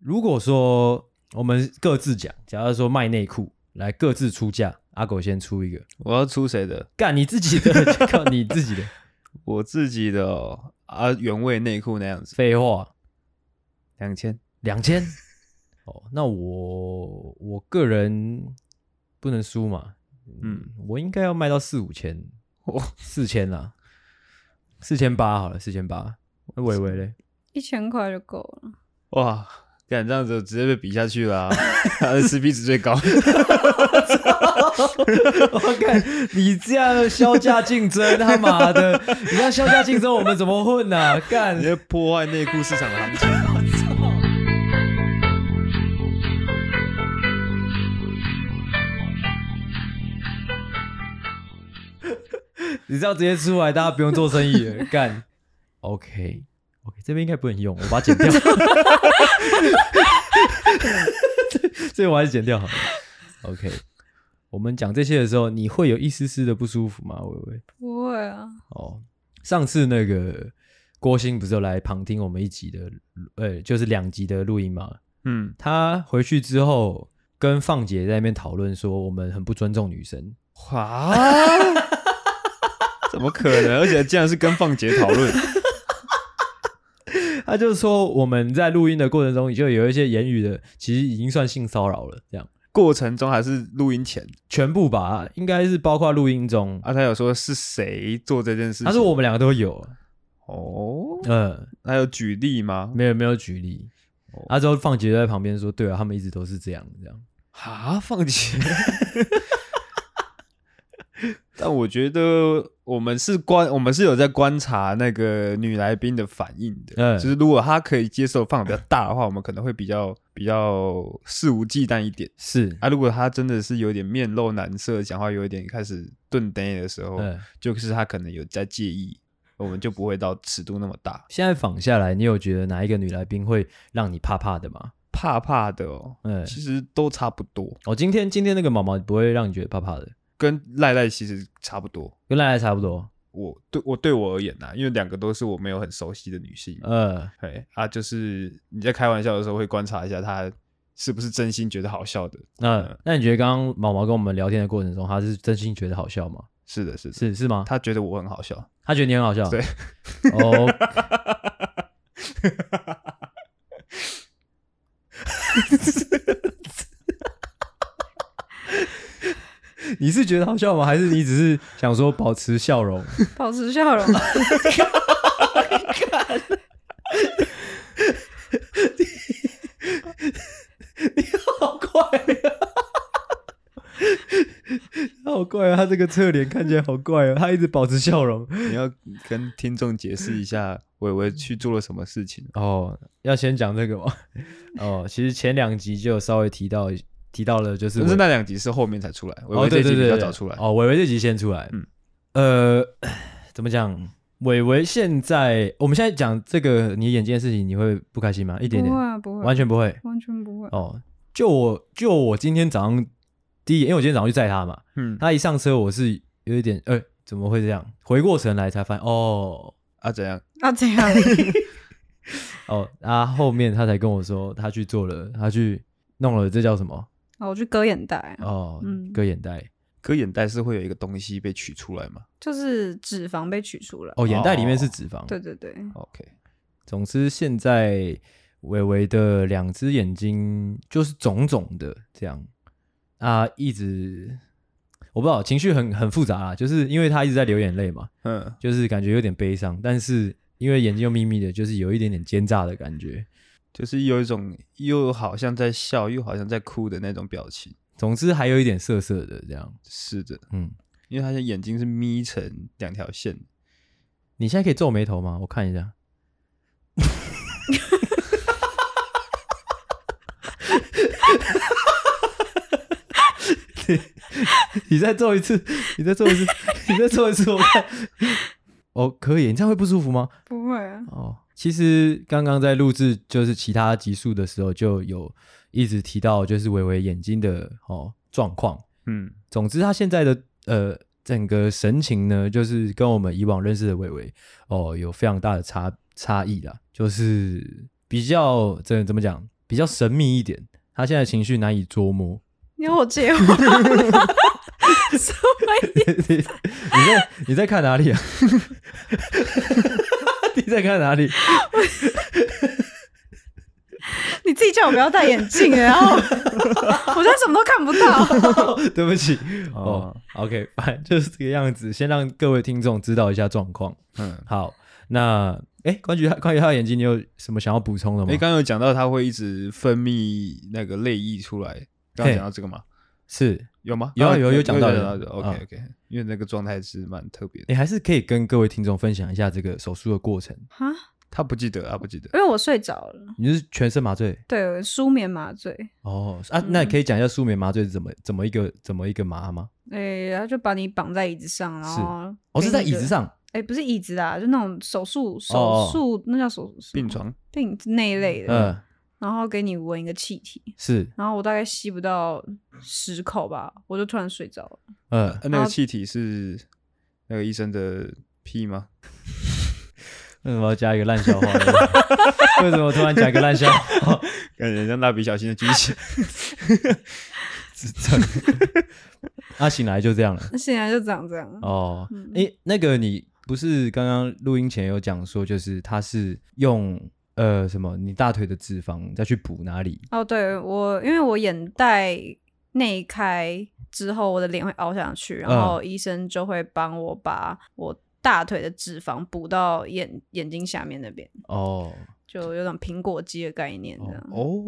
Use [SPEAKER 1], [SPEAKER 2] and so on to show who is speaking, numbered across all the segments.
[SPEAKER 1] 如果说我们各自讲，假如说卖内裤，来各自出价，阿狗先出一个，
[SPEAKER 2] 我要出谁的？
[SPEAKER 1] 干你自己的，就靠你自己的，
[SPEAKER 2] 我自己的哦、啊，原味内裤那样子，
[SPEAKER 1] 废话，
[SPEAKER 2] 两千。
[SPEAKER 1] 两千。哦，那我我个人不能输嘛，
[SPEAKER 2] 嗯，
[SPEAKER 1] 我应该要卖到四五千，
[SPEAKER 2] 我
[SPEAKER 1] 四千啦，四千八好了，四千八。那伟伟嘞，
[SPEAKER 3] 一千块就够了。
[SPEAKER 2] 哇，干这样子直接被比下去了、啊， 他的 CP 值最高。
[SPEAKER 1] 我看你这样销价竞争，他妈的，你这样销价竞争，我们怎么混呢、啊？干
[SPEAKER 2] 你，在破坏内裤市场的行情。
[SPEAKER 1] 你这样直接出来，大家不用做生意 了。干，OK OK，这边应该不能用，我把它剪 掉。这这我还是剪掉好了。OK，我们讲这些的时候，你会有一丝丝的不舒服吗？微微
[SPEAKER 3] 不会啊，
[SPEAKER 1] 哦，上次那个郭鑫不是有来旁听我们一集的，呃，就是两集的录音嘛？
[SPEAKER 2] 嗯，
[SPEAKER 1] 他回去之后跟放姐在那边讨论说，我们很不尊重女生。
[SPEAKER 2] 哇，怎么可能？而且竟然是跟放姐讨论，
[SPEAKER 1] 他就说我们在录音的过程中，就有一些言语的，其实已经算性骚扰了。这样
[SPEAKER 2] 过程中还是录音前
[SPEAKER 1] 全部吧，应该是包括录音中。
[SPEAKER 2] 啊？他有说是谁做这件事情？
[SPEAKER 1] 他说我们两个都有，
[SPEAKER 2] 哦，
[SPEAKER 1] 嗯，
[SPEAKER 2] 还有举例吗？
[SPEAKER 1] 没有没有举例。
[SPEAKER 2] 哦
[SPEAKER 1] 啊，之后放姐就在旁边说，对啊，他们一直都是这样这样。
[SPEAKER 2] 啊，放姐。 但我觉得我们是观，我们是有在观察那个女来宾的反应的。
[SPEAKER 1] 嗯
[SPEAKER 2] 就是如果她可以接受放得比较大的话，我们可能会比较比较肆无忌惮一点。
[SPEAKER 1] 是，
[SPEAKER 2] 啊，如果她真的是有点面露难色，讲话有一点开始顿呆的时候，
[SPEAKER 1] 嗯，
[SPEAKER 2] 就是她可能有在介意，我们就不会到尺度那么大，
[SPEAKER 1] 现在访下来，你有觉得哪一个女来宾会让你怕怕的吗？
[SPEAKER 2] 怕怕的哦。
[SPEAKER 1] 嗯，
[SPEAKER 2] 其实都差不多，
[SPEAKER 1] 我、今天今天那个毛毛不会让你觉得怕怕的，
[SPEAKER 2] 跟赖赖其实差不多。
[SPEAKER 1] 跟赖赖差不多。
[SPEAKER 2] 我对我对我而言呐、因为两个都是我没有很熟悉的女性，
[SPEAKER 1] 呃，
[SPEAKER 2] 对啊，就是你在开玩笑的时候会观察一下她是不是真心觉得好笑的。
[SPEAKER 1] 那那你觉得刚刚毛毛跟我们聊天的过程中，他是真心觉得好笑吗？
[SPEAKER 2] 是的，是的，
[SPEAKER 1] 是是吗？
[SPEAKER 2] 她觉得我很好笑，
[SPEAKER 1] 他觉得你很好笑。
[SPEAKER 2] 对。
[SPEAKER 1] 哦。 你是觉得好笑吗？还是你只是想说保持笑容？
[SPEAKER 3] 保持笑容。
[SPEAKER 1] 好怪啊！好怪啊！他这个侧脸看起来好怪啊！他一直保持笑容。
[SPEAKER 2] 你要跟听众解释一 下伟伟去做了什么事 情。
[SPEAKER 1] 哦，要先讲这个吗？哦，其实前两集就有稍微提到提到了，就是
[SPEAKER 2] 但
[SPEAKER 1] 我
[SPEAKER 2] 是那两集是后面才出来，伟
[SPEAKER 1] 哦，
[SPEAKER 2] 伟这
[SPEAKER 1] 对
[SPEAKER 2] 一集
[SPEAKER 1] 对
[SPEAKER 2] 比
[SPEAKER 1] 对，
[SPEAKER 2] 较
[SPEAKER 1] 对
[SPEAKER 2] 早出来。
[SPEAKER 1] 哦，伟伟这集先出来。
[SPEAKER 2] 嗯
[SPEAKER 1] 嗯，呃， 怎么讲？伟伟现在，我们现在讲这个你眼睛的事情，你会不开心吗？一点
[SPEAKER 3] 不
[SPEAKER 1] 点
[SPEAKER 3] 会，啊，不会，
[SPEAKER 1] 完全不会。
[SPEAKER 3] 完全不会。
[SPEAKER 1] 哦，就我就我今天早上第一眼，因为我今天早上去载他嘛，
[SPEAKER 2] 嗯，
[SPEAKER 1] 他一上车，我是有一点，呃、怎么会这样？回过神来才发现，哦
[SPEAKER 2] 啊，怎样？
[SPEAKER 3] 啊，这 样
[SPEAKER 1] 哦，啊，后面他才跟我说，他去做了，他去弄了，这叫什么？
[SPEAKER 3] 啊，我去割眼袋啊，
[SPEAKER 1] 哦，
[SPEAKER 3] 嗯
[SPEAKER 1] 割眼袋。
[SPEAKER 2] 割眼袋是会有一个东西被取出来吗
[SPEAKER 3] 就是脂肪被取出来。
[SPEAKER 1] 哦，眼袋里面是
[SPEAKER 2] 哦
[SPEAKER 1] 脂肪。
[SPEAKER 3] 对，对对，
[SPEAKER 2] ？OK，
[SPEAKER 1] 总之现在伟伟的两只眼睛就是肿肿的，这样啊，一直我不知道，情绪很很复杂啊，就是因为他一直在流眼泪嘛，
[SPEAKER 2] 嗯，
[SPEAKER 1] 就是感觉有点悲伤，但是因为眼睛又眯眯的，就是有一点点奸诈的感觉。
[SPEAKER 2] 就是有一种又好像在笑，又好像在哭的那种表情。
[SPEAKER 1] 总之还有一点涩涩的这样。
[SPEAKER 2] 是的，
[SPEAKER 1] 嗯，
[SPEAKER 2] 因为他的眼睛是眯成两条线。
[SPEAKER 1] 你现在可以皱眉头吗？我看一下。 你你再皱一次，你再皱一次，你再皱一次，我看。哦，可以，你这样会不舒服吗？
[SPEAKER 3] 不会啊，
[SPEAKER 1] 哦，其实刚刚在录制就是其他集数的时候，就有一直提到就是维维眼睛的哦状况。
[SPEAKER 2] 嗯，
[SPEAKER 1] 总之，他现在的呃整个神情呢，就是跟我们以往认识的伟伟哦有非常大的差差异啦，就是比较怎怎么讲，比较神秘一点，他现在情绪难以捉摸。
[SPEAKER 3] 你要我 接话吗？什么意思？
[SPEAKER 1] 你你在你在看哪里啊？ 你在看哪里？
[SPEAKER 3] 你自己叫我不要戴眼镜，啊然后我 现在什么都看不到。
[SPEAKER 1] 对不起哦、o k 反正 就是这个样子，先让各位听众知道一下状况。
[SPEAKER 2] 嗯，
[SPEAKER 1] 好，那哎，关于他关于他的眼睛，你有什么想要补充的吗？
[SPEAKER 2] 诶，刚刚有讲到它会一直分泌那个泪液出来，刚刚
[SPEAKER 1] 嘿
[SPEAKER 2] 讲到这个吗？
[SPEAKER 1] 是，
[SPEAKER 2] 有吗？
[SPEAKER 1] 有啊
[SPEAKER 2] 啊
[SPEAKER 1] 有有讲到有
[SPEAKER 2] 的。
[SPEAKER 1] 啊
[SPEAKER 2] OK OK，因为那个状态是蛮特别的。
[SPEAKER 1] 你还是可以跟各位听众分享一下这个手术的过程。
[SPEAKER 3] 啊，
[SPEAKER 2] 他不记得，他不记得。
[SPEAKER 1] 嗯
[SPEAKER 3] 因为我睡着了，
[SPEAKER 1] 你是全身麻醉
[SPEAKER 3] 对，舒眠麻醉，
[SPEAKER 1] 嗯哦啊？那你可以讲一下舒眠麻醉是怎么怎么一个怎么一个麻吗？
[SPEAKER 3] 哎，然后就把你绑在椅子上，然后
[SPEAKER 1] 哦，是
[SPEAKER 3] 给
[SPEAKER 1] 在
[SPEAKER 3] 你
[SPEAKER 1] 椅
[SPEAKER 3] 一个
[SPEAKER 1] 子，上
[SPEAKER 3] 哎，不是椅子啦，就那种手术
[SPEAKER 1] 哦
[SPEAKER 3] 手术那叫手什么
[SPEAKER 2] 病床啊
[SPEAKER 3] 病那一类的，
[SPEAKER 1] 嗯，
[SPEAKER 3] 然后给你闻一个气体，
[SPEAKER 1] 是，
[SPEAKER 3] 然后我大概吸不到十口吧，我就突然睡着了。
[SPEAKER 1] 嗯，
[SPEAKER 2] 呃那个
[SPEAKER 3] 啊
[SPEAKER 2] 气体是那个医生的 屁吗？
[SPEAKER 1] 为什么要加一个烂笑话 呢？为什么突然讲一个烂笑 话？
[SPEAKER 2] 感觉像蜡笔小新的剧情。
[SPEAKER 1] 啊，醒来就这 样了。
[SPEAKER 3] 那现在就长这样，
[SPEAKER 1] 哦
[SPEAKER 3] 嗯，
[SPEAKER 1] 诶、那个你不是刚刚录音前有讲说，就是他是用呃什么你大腿的脂肪再去补哪里？
[SPEAKER 3] 哦，对我，因为我眼袋内开之后，我的脸会凹下去，然
[SPEAKER 1] 嗯
[SPEAKER 3] 后医生就会帮我把我大腿的脂肪补到眼眼睛下面那边，
[SPEAKER 1] 哦，
[SPEAKER 3] 就有种苹果肌的概念这样。
[SPEAKER 2] 哦，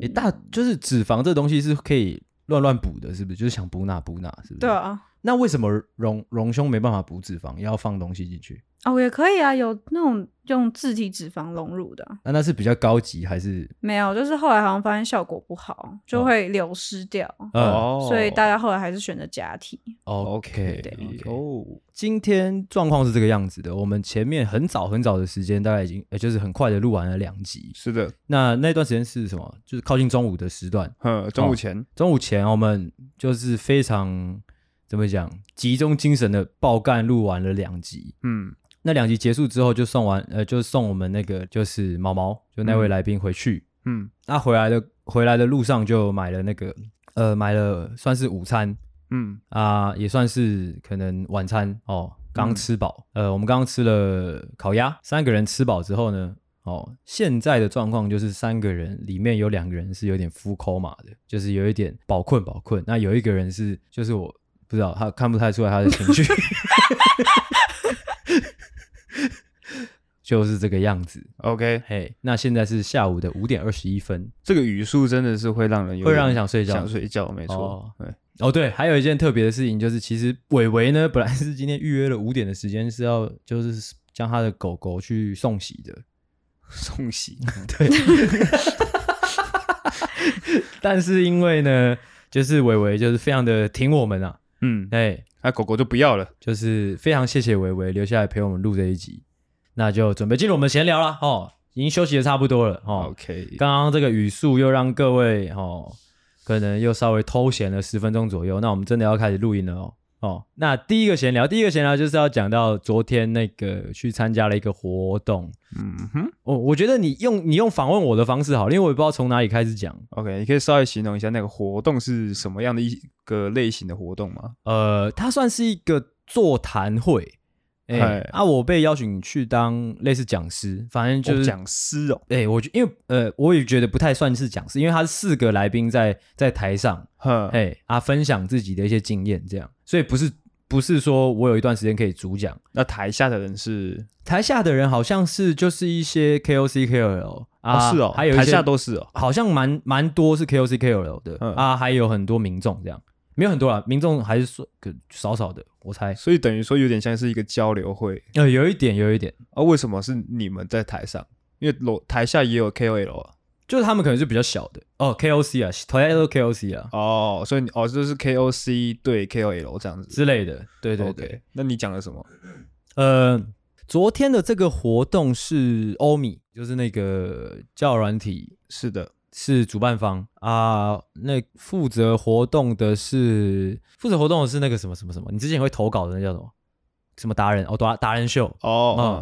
[SPEAKER 1] 诶、大就是脂肪这东西是可以乱乱补的，是不是？就是想补哪补哪，是不是？
[SPEAKER 3] 对。啊，
[SPEAKER 1] 那为什么隆隆胸没办法补脂肪，也要放东西进去？
[SPEAKER 3] 哦也可以啊，有那种用自体脂肪融入的啊，
[SPEAKER 1] 那、那是比较高级还是？
[SPEAKER 3] 没有，就是后来好像发现效果不好，就
[SPEAKER 1] 哦
[SPEAKER 3] 会流失掉，
[SPEAKER 1] 呃、
[SPEAKER 2] 哦
[SPEAKER 3] 所以大家后来还是选择假体。
[SPEAKER 1] o k
[SPEAKER 2] OK
[SPEAKER 1] 哦，
[SPEAKER 2] 哦，
[SPEAKER 1] 今天状况是这个样子的。我们前面很早很早的时间，大概已经呃就是很快的录完了两集，
[SPEAKER 2] 是的，
[SPEAKER 1] 那那段时间是什么？就是靠近中午的时段，
[SPEAKER 2] 嗯，中午前
[SPEAKER 1] 中午前我们就是非常怎么讲，集中精神的爆干录完了两集。
[SPEAKER 2] 嗯，
[SPEAKER 1] 那两集结束之后，就送完呃，就送我们那个就是毛毛，就那位
[SPEAKER 2] 嗯
[SPEAKER 1] 来宾回去。
[SPEAKER 2] 嗯
[SPEAKER 1] 那回来的回来的路上就买了那个呃，买了算是午餐
[SPEAKER 2] 嗯
[SPEAKER 1] 啊、也算是可能晚餐哦。刚
[SPEAKER 2] 嗯
[SPEAKER 1] 吃饱，呃，我们刚刚吃了烤鸭，三个人吃饱之后呢，哦，现在的状况就是三个人里面有两个人是有点 full coma 的，就是有一点饱困饱困，那有一个人是就是我不知道他看不太出来他的情绪， 就是这个样子。
[SPEAKER 2] ，OK，
[SPEAKER 1] 嘿，那现在是下午的五点二十一分。
[SPEAKER 2] 这个语速真的是会让人有
[SPEAKER 1] 会
[SPEAKER 2] 点
[SPEAKER 1] 让人想睡觉
[SPEAKER 2] 想睡觉，没
[SPEAKER 1] 哦
[SPEAKER 2] 错，对，
[SPEAKER 1] 哦，对，还有一件特别的事情，就是其实伟伟呢，本来是今天预约了五点的时间，是要就是将他的狗狗去送洗的，
[SPEAKER 2] 送洗，
[SPEAKER 1] 但是因为呢，就是伟伟就是非常的挺我们啊，
[SPEAKER 2] 嗯，
[SPEAKER 1] 哎，
[SPEAKER 2] 那狗狗就不要了，
[SPEAKER 1] 就是非常谢谢伟伟留下来陪我们录这一集，那就准备进入我们闲聊了哦，已经休息的差不多了哦，
[SPEAKER 2] OK，
[SPEAKER 1] 刚刚这个语速又让各位哦，可能又稍微偷闲了十分钟左右，那我们真的要开始录音了哦。哦，那第一个闲聊，第一个闲聊就是要讲到昨天那个去参加了一个活动，
[SPEAKER 2] 嗯哼
[SPEAKER 1] 我、我觉得你用你用访问我的方式好了，因为我也不知道从哪里开始讲。
[SPEAKER 2] ，OK，你可以稍微形容一下那个活动是什么样的一个类型的活动吗？
[SPEAKER 1] 呃，它算是一个座谈会，哎、
[SPEAKER 2] 嗨
[SPEAKER 1] 啊，我被邀请去当类似讲师，反正就
[SPEAKER 2] 哦
[SPEAKER 1] 是
[SPEAKER 2] 讲师哦，
[SPEAKER 1] 哎、我觉因为呃，我也觉得不太算是讲师，因为他是四个来宾在在台上，
[SPEAKER 2] 哼，
[SPEAKER 1] 哎、啊，分享自己的一些经验，这样，所以不是不是说我有一段时间可以主讲，
[SPEAKER 2] 那台下的人是
[SPEAKER 1] 台下的人好像是就是一些 KOC KOL 啊，
[SPEAKER 2] 哦是哦，
[SPEAKER 1] 还有一
[SPEAKER 2] 台
[SPEAKER 1] 些
[SPEAKER 2] 下都是哦，
[SPEAKER 1] 好像蛮蛮多是 KOC KOL 的、
[SPEAKER 2] 嗯
[SPEAKER 1] 啊，还有很多民众这样，没有很多啦，民众还是说可少少的，我猜，
[SPEAKER 2] 所以等于说有点像是一个交流会
[SPEAKER 1] 呃，有一点有一点，
[SPEAKER 2] 啊？为什么是你们在台上？因为楼台下也有 KOL 啊。
[SPEAKER 1] 就是他们可能是比较小的哦，KOC 啊，台下都是 KOC 啊
[SPEAKER 2] 哦，所以你哦，就是 KOC 对 KOL 这样子。
[SPEAKER 1] 之类的，对对对
[SPEAKER 2] OK，那你讲了什么？
[SPEAKER 1] 呃，昨天的这个活动是欧米，就是那个教软体
[SPEAKER 2] 是的，
[SPEAKER 1] 是主办方啊、那负责活动的是负责活动的是那个什么什么什么，你之前会投稿的那叫什么？什么达人哦，达达人秀，
[SPEAKER 2] 哦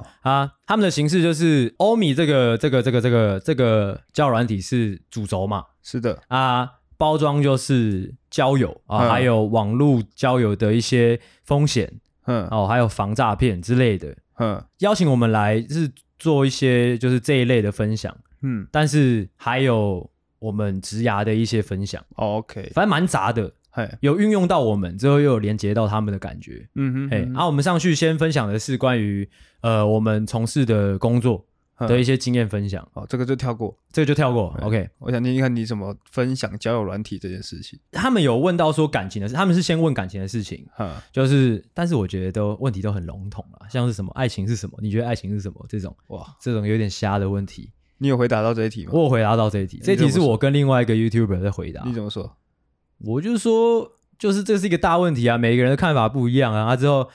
[SPEAKER 1] 哦、，啊，他们的形式就是欧米这个这个这个这个这个教软体是主轴嘛，
[SPEAKER 2] 是的，
[SPEAKER 1] 啊，包装就是交友啊，
[SPEAKER 2] 嗯
[SPEAKER 1] 还有网络交友的一些风险
[SPEAKER 2] 嗯
[SPEAKER 1] 哦，还有防诈骗之类的，
[SPEAKER 2] 嗯
[SPEAKER 1] 邀请我们来是做一些就是这一类的分享，
[SPEAKER 2] 嗯
[SPEAKER 1] 但是还有我们职涯的一些分享，
[SPEAKER 2] 哦，OK，
[SPEAKER 1] 反正蛮杂的，
[SPEAKER 2] 嘿，
[SPEAKER 1] 有运用到我们之后又有连接到他们的感觉。
[SPEAKER 2] 嗯哼
[SPEAKER 1] 哎、
[SPEAKER 2] 嗯哼
[SPEAKER 1] 啊，我们上去先分享的是关于呃我们从事的工作
[SPEAKER 2] 嗯
[SPEAKER 1] 的一些经验分享，
[SPEAKER 2] 哦，这个就跳过。
[SPEAKER 1] 这个就跳过。
[SPEAKER 2] 对
[SPEAKER 1] OK，
[SPEAKER 2] 我想听听看你怎么分享交友软体这件事情。
[SPEAKER 1] 他们有问到说感情的事，他们是先问感情的事情，
[SPEAKER 2] 哈，
[SPEAKER 1] 就是但是我觉得都问题都很笼统啦，像是什么爱情是什么，你觉得爱情是什么这种
[SPEAKER 2] 哇，
[SPEAKER 1] 这种有点瞎的问题，
[SPEAKER 2] 你有回答到这一题吗？
[SPEAKER 1] 我有回答到这一题，这一
[SPEAKER 2] 嗯你
[SPEAKER 1] 题
[SPEAKER 2] 怎
[SPEAKER 1] 是
[SPEAKER 2] 么
[SPEAKER 1] 我跟另外一个 YouTuber 在回答
[SPEAKER 2] 你，怎么说？
[SPEAKER 1] 我就说就是这是一个大问题啊，每个人的看法不一样啊，啊之后。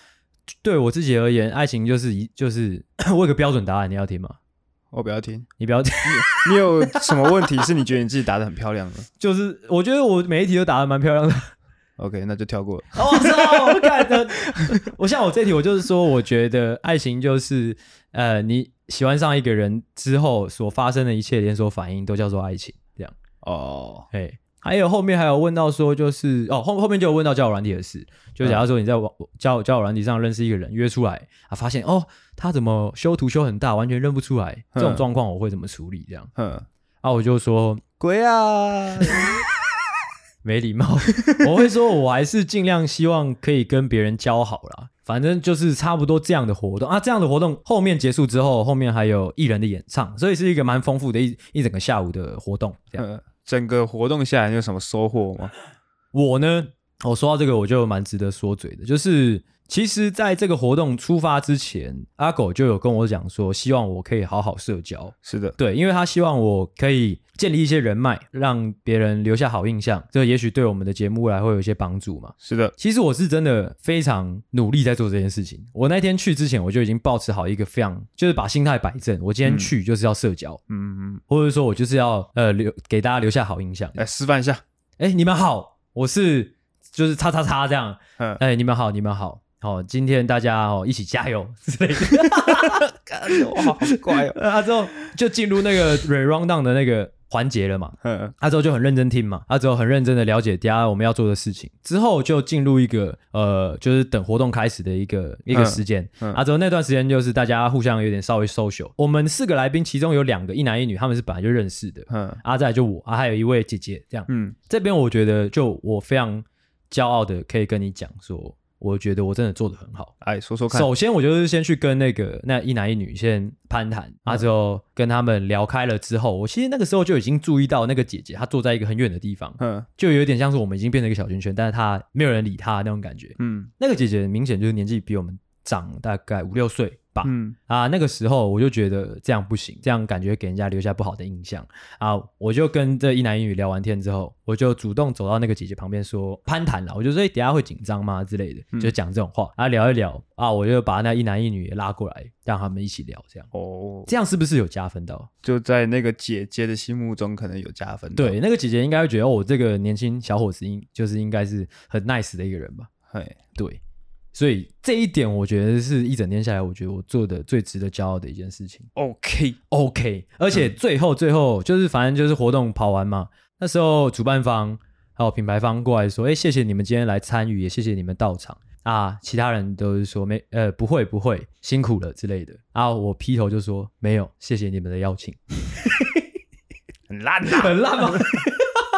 [SPEAKER 1] 对我自己而言，爱情就是一就是 我有个标准答案，你要听吗？
[SPEAKER 2] 我不要听。
[SPEAKER 1] 你不要听，
[SPEAKER 2] 你有什么问题是你觉得你自己答的很漂亮的
[SPEAKER 1] 就是我觉得我每一题都答的蛮漂亮的。
[SPEAKER 2] ？OK，那就跳过了。
[SPEAKER 1] 哦，我操，我感的。我像我这题，我就是说，我觉得爱情就是呃，你喜欢上一个人之后所发生的一切连锁反应都叫做爱情，这样。
[SPEAKER 2] 哦，
[SPEAKER 1] 哎，还有后面还有问到说，就是哦后后面就有问到交友软体的事，就假如说你在网交交友软体上认识一个人，约出来啊，发现哦他怎么修图修很大，完全认不出来，这种
[SPEAKER 2] 嗯
[SPEAKER 1] 状况我会怎么处理？这样
[SPEAKER 2] 哼，
[SPEAKER 1] 啊，我就说
[SPEAKER 2] 鬼啊！
[SPEAKER 1] 没礼貌， 我会说，我还是尽量希望可以跟别人交好啦。反正就是差不多这样的活动啊，这样的活动后面结束之后，后面还有艺人的演唱，所以是一个蛮丰富的一一整个下午的活动。这样，
[SPEAKER 2] 嗯，整个活动下来你有什么收获吗？
[SPEAKER 1] 我呢，我说到这个，我就蛮值得说嘴的，就是其实在这个活动出发之前，阿狗就有跟我讲说，希望我可以好好社交。
[SPEAKER 2] 是的，
[SPEAKER 1] 对，因为他希望我可以建立一些人脉，让别人留下好印象，这也许对我们的节目来会有一些帮助嘛。
[SPEAKER 2] 是的，
[SPEAKER 1] 其实我是真的非常努力在做这件事情。我那天去之前，我就已经抱持好一个非常，就是把心态摆正。我今天去就是要社交，
[SPEAKER 2] 嗯，嗯
[SPEAKER 1] 或者说我就是要呃留给大家留下好印象。
[SPEAKER 2] 来示范一下。
[SPEAKER 1] 哎，你们好，我是就是叉叉叉这样。
[SPEAKER 2] 嗯，
[SPEAKER 1] 哎，你们好，你们好，好、今天大家哦一起加油之类的。
[SPEAKER 2] 哇， 好怪哦。
[SPEAKER 1] 啊之后就进入那个 re round down 的那个环节了嘛。
[SPEAKER 2] 嗯
[SPEAKER 1] 阿周就很认真听嘛，阿周很认真的了解等下我们要做的事情，之后就进入一个呃，就是等活动开始的一个一个时间。
[SPEAKER 2] 嗯
[SPEAKER 1] 阿周那段时间就是大家互相有点稍微 social。我们四个来宾其中有两个一男一女，他们是本来就认识的，
[SPEAKER 2] 嗯
[SPEAKER 1] 阿、啊、再来就我，啊还有一位姐姐这样。
[SPEAKER 2] 嗯，
[SPEAKER 1] 这边我觉得就我非常骄傲的可以跟你讲说，我觉得我真的做的很好。
[SPEAKER 2] 哎，说说看。
[SPEAKER 1] 首先，我就是先去跟那个那一男一女先攀谈，啊，之后跟他们聊开了之后，我其实那个时候就已经注意到那个姐姐她坐在一个很远的地方，
[SPEAKER 2] 嗯
[SPEAKER 1] 就有点像是我们已经变成一个小圈圈，但是她没有人理她那种感觉。
[SPEAKER 2] 嗯
[SPEAKER 1] 那个姐姐明显就是年纪比我们长大概五六岁吧，
[SPEAKER 2] 嗯
[SPEAKER 1] 啊，那个时候我就觉得这样不行，这样感觉给人家留下不好的印象啊。我就跟这一男一女聊完天之后，我就主动走到那个姐姐旁边说攀谈了，我就说、欸、等一下会紧张吗之类的，就讲这种话啊，聊一聊啊，我就把那一男一女也拉过来，让他们一起聊，这样
[SPEAKER 2] 哦，
[SPEAKER 1] 这样是不是有加分到？
[SPEAKER 2] 就在那个姐姐的心目中可能有加分。
[SPEAKER 1] 对，，那个姐姐应该会觉得、哦、我这个年轻小伙子应就是应该是很 nice 的一个人吧？
[SPEAKER 2] 嘿，
[SPEAKER 1] 对，所以这一点我觉得是一整天下来，我觉得我做的最值得骄傲的一件事情。
[SPEAKER 2] OK，
[SPEAKER 1] OK，而且最后最后就是反正就是活动跑完嘛，那时候主办方还有品牌方过来说，哎、谢谢你们今天来参与，也谢谢你们到场啊。其他人都是说没呃不会不会辛苦了之类的啊。我劈头就说没有，谢谢你们的邀请，
[SPEAKER 2] 很烂的。
[SPEAKER 1] 很烂吗？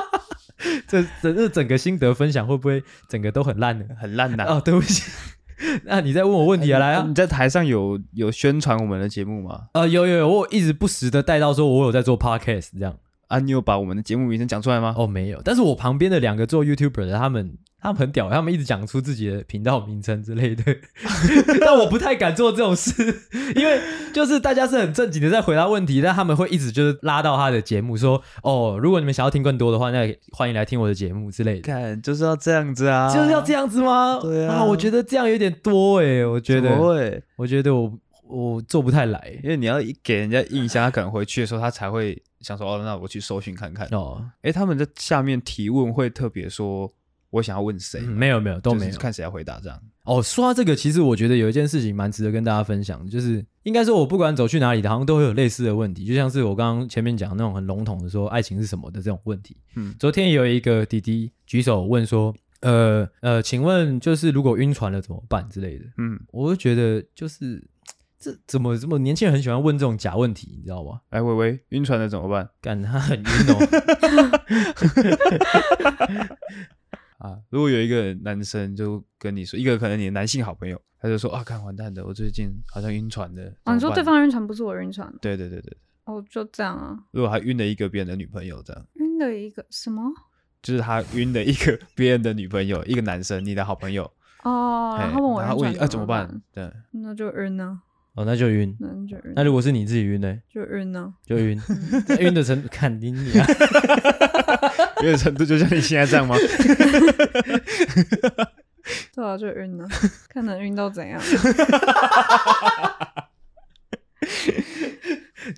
[SPEAKER 1] 这这这整个心得分享会不会整个都很烂呢？
[SPEAKER 2] 很烂的、
[SPEAKER 1] 哦，对不起， 那你再问我问题啊，来啊
[SPEAKER 2] 你。在台上有有宣传我们的节目吗？
[SPEAKER 1] 呃，有有有，我一直不时的带到说，我有在做 podcast 这样。
[SPEAKER 2] 啊，你有把我们的节目名称讲出来吗？
[SPEAKER 1] 哦，没有，但是我旁边的两个做 YouTuber 的，他们他们很屌，他们一直讲出自己的频道名称之类 的，但我不太敢做这种事，因为就是大家是很正经的在回答问题，但他们会一直就是拉到他的节目说，哦，如果你们想要听更多的话，那欢迎来听我的节目之类的。
[SPEAKER 2] 看，就是要这样子啊，
[SPEAKER 1] 就是要这样子吗？
[SPEAKER 2] 对啊
[SPEAKER 1] 我觉得这样有点多哎、我觉
[SPEAKER 2] 怎么
[SPEAKER 1] 得，
[SPEAKER 2] 会？
[SPEAKER 1] 我觉得我我做不太来
[SPEAKER 2] 因为你要一给人家印象，他可能回去的时候，他才会想说，哦，那我去搜寻看看。
[SPEAKER 1] 哦。
[SPEAKER 2] 诶，他们在下面提问会特别说，我想要问谁，
[SPEAKER 1] 嗯没有没有都
[SPEAKER 2] 就是
[SPEAKER 1] 没有。
[SPEAKER 2] 看谁要回答这样。
[SPEAKER 1] 哦，说到这个，其实我觉得有一件事情蛮值得跟大家分享，就是应该说，我不管走去哪里，好像都会有类似的问题，就像是我刚刚前面讲那种很笼统的说爱情是什么的这种问题。
[SPEAKER 2] 嗯
[SPEAKER 1] 昨天也有一个弟弟举手问说，呃呃，请问就是如果晕船了怎么办之类的，
[SPEAKER 2] 嗯，
[SPEAKER 1] 我就觉得就是这怎么这么年轻人很喜欢问这种假问题，你知道吗？
[SPEAKER 2] 哎，微微晕船了怎么办
[SPEAKER 1] 干他很晕哦，
[SPEAKER 2] 啊？如果有一个男生就跟你说，一个可能你的男性好朋友，他就说啊，看完蛋的，我最近好像晕船的。
[SPEAKER 3] 哦，你
[SPEAKER 2] 怎么
[SPEAKER 3] 说
[SPEAKER 2] 办
[SPEAKER 3] 对？方晕船不是我晕船，
[SPEAKER 2] 对对对对，
[SPEAKER 3] 哦，就这样啊，
[SPEAKER 2] 如果他晕了一个别人的女朋友，这样
[SPEAKER 3] 晕了一个什么？
[SPEAKER 2] 就是他晕了一个别人的女朋友，一个男生，你的好朋友，
[SPEAKER 3] 哦，然
[SPEAKER 2] 哎
[SPEAKER 3] 后问我
[SPEAKER 2] 他问
[SPEAKER 3] 晕
[SPEAKER 2] 你
[SPEAKER 3] 船
[SPEAKER 2] 啊怎么办？？对，
[SPEAKER 3] 那就晕啊，
[SPEAKER 1] 哦那就晕。
[SPEAKER 3] 那就晕
[SPEAKER 1] 那，如果是你自己晕呢？
[SPEAKER 3] 就晕啊。
[SPEAKER 1] 就晕，那晕的 程度，看你你啊，
[SPEAKER 2] 有点程度就像你现在这样吗？
[SPEAKER 3] 对啊，就晕了，看能晕到怎样。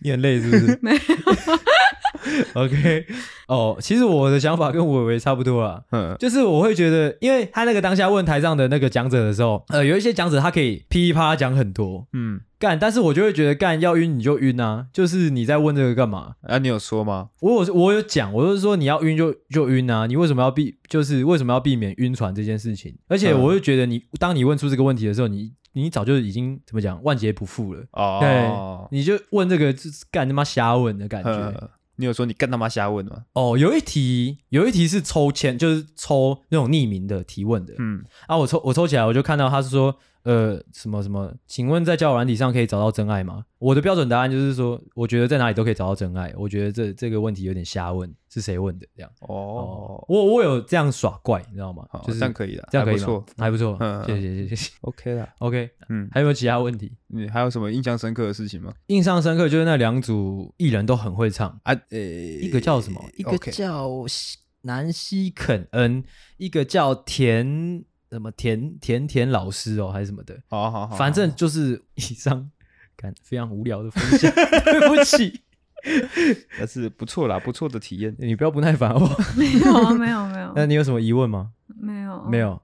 [SPEAKER 1] 你很累是不是？
[SPEAKER 3] 没有
[SPEAKER 1] OK，哦，其实我的想法跟伟伟差不多啊，
[SPEAKER 2] 嗯，
[SPEAKER 1] 就是我会觉得，因为他那个当下问台上的那个讲者的时候，呃，有一些讲者他可以噼里啪啦讲很多
[SPEAKER 2] 嗯，
[SPEAKER 1] 干，但是我就会觉得干要晕你就晕啊，就是你在问这个干嘛？
[SPEAKER 2] 啊，你有说吗？
[SPEAKER 1] 我有我有讲，我就是说你要晕就就晕啊，你为什么要避？就是为什么要避免晕船这件事情？而且
[SPEAKER 2] 嗯
[SPEAKER 1] 我就觉得你当你问出这个问题的时候，你你早就已经怎么讲万劫不复了，
[SPEAKER 2] 哦，
[SPEAKER 1] 你就问这个就是干他妈瞎问的感觉。
[SPEAKER 2] 嗯，你有说你干他妈瞎问吗？
[SPEAKER 1] 哦，有一题，有一题是抽签，就是抽那种匿名的提问的。
[SPEAKER 2] 嗯，
[SPEAKER 1] 啊，我抽我抽起来，我就看到他是说，呃，什么什么，请问在交友软体上可以找到真爱吗？我的标准答案就是说，我觉得在哪里都可以找到真爱。我觉得这这个问题有点瞎问，是谁问的？这样
[SPEAKER 2] 哦，
[SPEAKER 1] 我我有这样耍怪，你知道吗
[SPEAKER 2] 好？，
[SPEAKER 1] 就是
[SPEAKER 2] 这样可以的，
[SPEAKER 1] 这样
[SPEAKER 2] 还
[SPEAKER 1] 可以
[SPEAKER 2] 不错
[SPEAKER 1] 吗还不错，
[SPEAKER 2] 嗯嗯
[SPEAKER 1] 谢谢谢谢谢谢。
[SPEAKER 2] ，OK 啦。
[SPEAKER 1] OK，
[SPEAKER 2] 嗯，
[SPEAKER 1] 还有没有其他问题？
[SPEAKER 2] 你还有什么印象深刻的事情吗？
[SPEAKER 1] 印象深刻就是那两组艺人都很会唱，
[SPEAKER 2] 啊，呃，
[SPEAKER 1] 一
[SPEAKER 2] 一
[SPEAKER 1] 个叫什么？一个叫西南希肯恩，一个叫田什么田田田老师哦，还是什么的，
[SPEAKER 2] 好好好，
[SPEAKER 1] 反正就是以上感非常无聊的分享，对不起，
[SPEAKER 2] 但是不错啦，不错的体验。
[SPEAKER 1] 你不要不耐烦好不好？
[SPEAKER 3] 没有啊，没有，没有，
[SPEAKER 1] 那你有什么疑问吗？
[SPEAKER 3] 没有，
[SPEAKER 1] 没，有，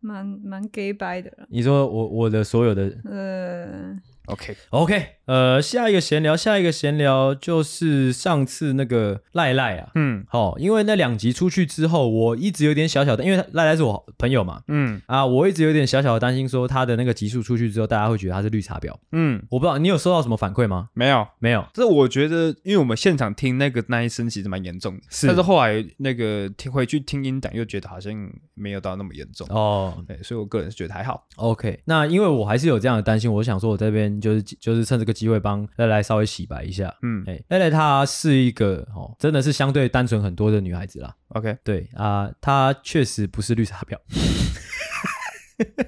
[SPEAKER 3] 蛮蛮 gay 白的。
[SPEAKER 1] 你说我我的所有的
[SPEAKER 3] 呃，
[SPEAKER 2] OK，
[SPEAKER 1] OK，呃，下一个闲聊，下一个闲聊就是上次那个赖赖啊。
[SPEAKER 2] 嗯
[SPEAKER 1] 好、因为那两集出去之后，我一直有点小小的，因为赖赖是我朋友嘛，
[SPEAKER 2] 嗯
[SPEAKER 1] 啊，我一直有点小小的担心，说他的那个集数出去之后，大家会觉得他是绿茶婊。
[SPEAKER 2] 嗯，
[SPEAKER 1] 我不知道你有收到什么反馈吗？
[SPEAKER 2] 没有。
[SPEAKER 1] 没有。
[SPEAKER 2] 这我觉得，因为我们现场听那个那一声其实蛮严重的，
[SPEAKER 1] 是
[SPEAKER 2] 但是后来那个听回去听音档又觉得好像没有到那么严重，
[SPEAKER 1] 哦
[SPEAKER 2] 对，所以我个人是觉得还好。
[SPEAKER 1] ，OK，那因为我还是有这样的担心，我想说，我这边就是就是趁这个机会帮赖赖稍微洗白一下。
[SPEAKER 2] 嗯
[SPEAKER 1] 哎、赖赖她是一个哦，真的是相对单纯很多的女孩子啦。
[SPEAKER 2] ，OK，
[SPEAKER 1] 对啊、她确实不是绿茶婊，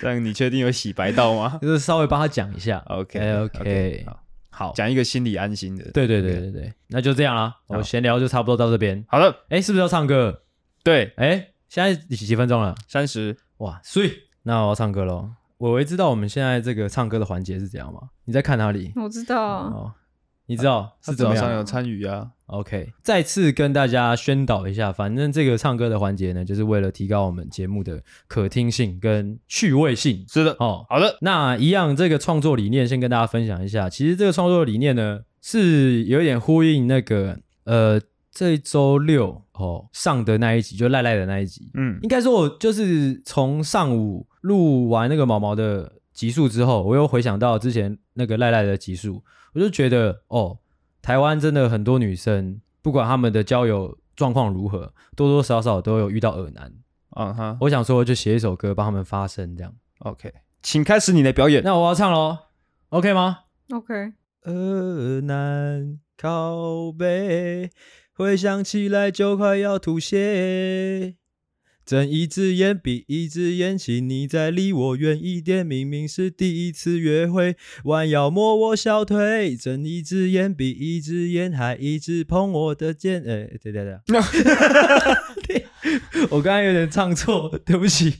[SPEAKER 2] 这样你确定有洗白到 吗
[SPEAKER 1] 就是稍微帮她讲一下。哎
[SPEAKER 2] ？OK，OK，
[SPEAKER 1] OK，
[SPEAKER 2] 好，
[SPEAKER 1] 好，
[SPEAKER 2] 讲一个心理安心的。
[SPEAKER 1] 对对对对对，那就这样啦，我
[SPEAKER 2] 好
[SPEAKER 1] 闲聊就差不多到这边。
[SPEAKER 2] 好了，
[SPEAKER 1] 哎、是不是要唱歌？
[SPEAKER 2] 对，
[SPEAKER 1] 哎、现在几几分钟了？
[SPEAKER 2] 三十，
[SPEAKER 1] 哇，所以那我要唱歌喽。伟伟知道我们现在这个唱歌的环节是怎样吗？你在看哪里？
[SPEAKER 3] 我知道，
[SPEAKER 1] 哦，你知道、是怎
[SPEAKER 2] 早
[SPEAKER 1] 么
[SPEAKER 2] 上
[SPEAKER 1] 样
[SPEAKER 2] 有参与啊。
[SPEAKER 1] ？OK，再次跟大家宣导一下，反正这个唱歌的环节呢，就是为了提高我们节目的可听性跟趣味性
[SPEAKER 2] 是的，
[SPEAKER 1] 哦。
[SPEAKER 2] 好的，
[SPEAKER 1] 那一样，这个创作理念先跟大家分享一下。其实这个创作理念呢，是有一点呼应那个呃，这周六哦上的那一集，就赖赖的那一集，
[SPEAKER 2] 嗯
[SPEAKER 1] 应该说，我就是从上午录完那个毛毛的集数之后，我又回想到之前那个赖赖的集数，我就觉得哦，台湾真的很多女生，不管她们的交友状况如何，多多少少都有遇到耳男。
[SPEAKER 2] 啊哈
[SPEAKER 1] 我想说，就写一首歌帮她们发声，这样。
[SPEAKER 2] ，OK，请开始你的表演。
[SPEAKER 1] 那我要唱喽，OK 吗？
[SPEAKER 3] ，OK，
[SPEAKER 1] 恶难靠背，回想起来就快要吐血。睁一只眼闭一只眼，请你再离我远一点。明明是第一次约会，弯腰摸我小腿。睁一只眼闭一只眼，还一直碰我的肩。哎、对 对对，我刚才有点唱错，对不起。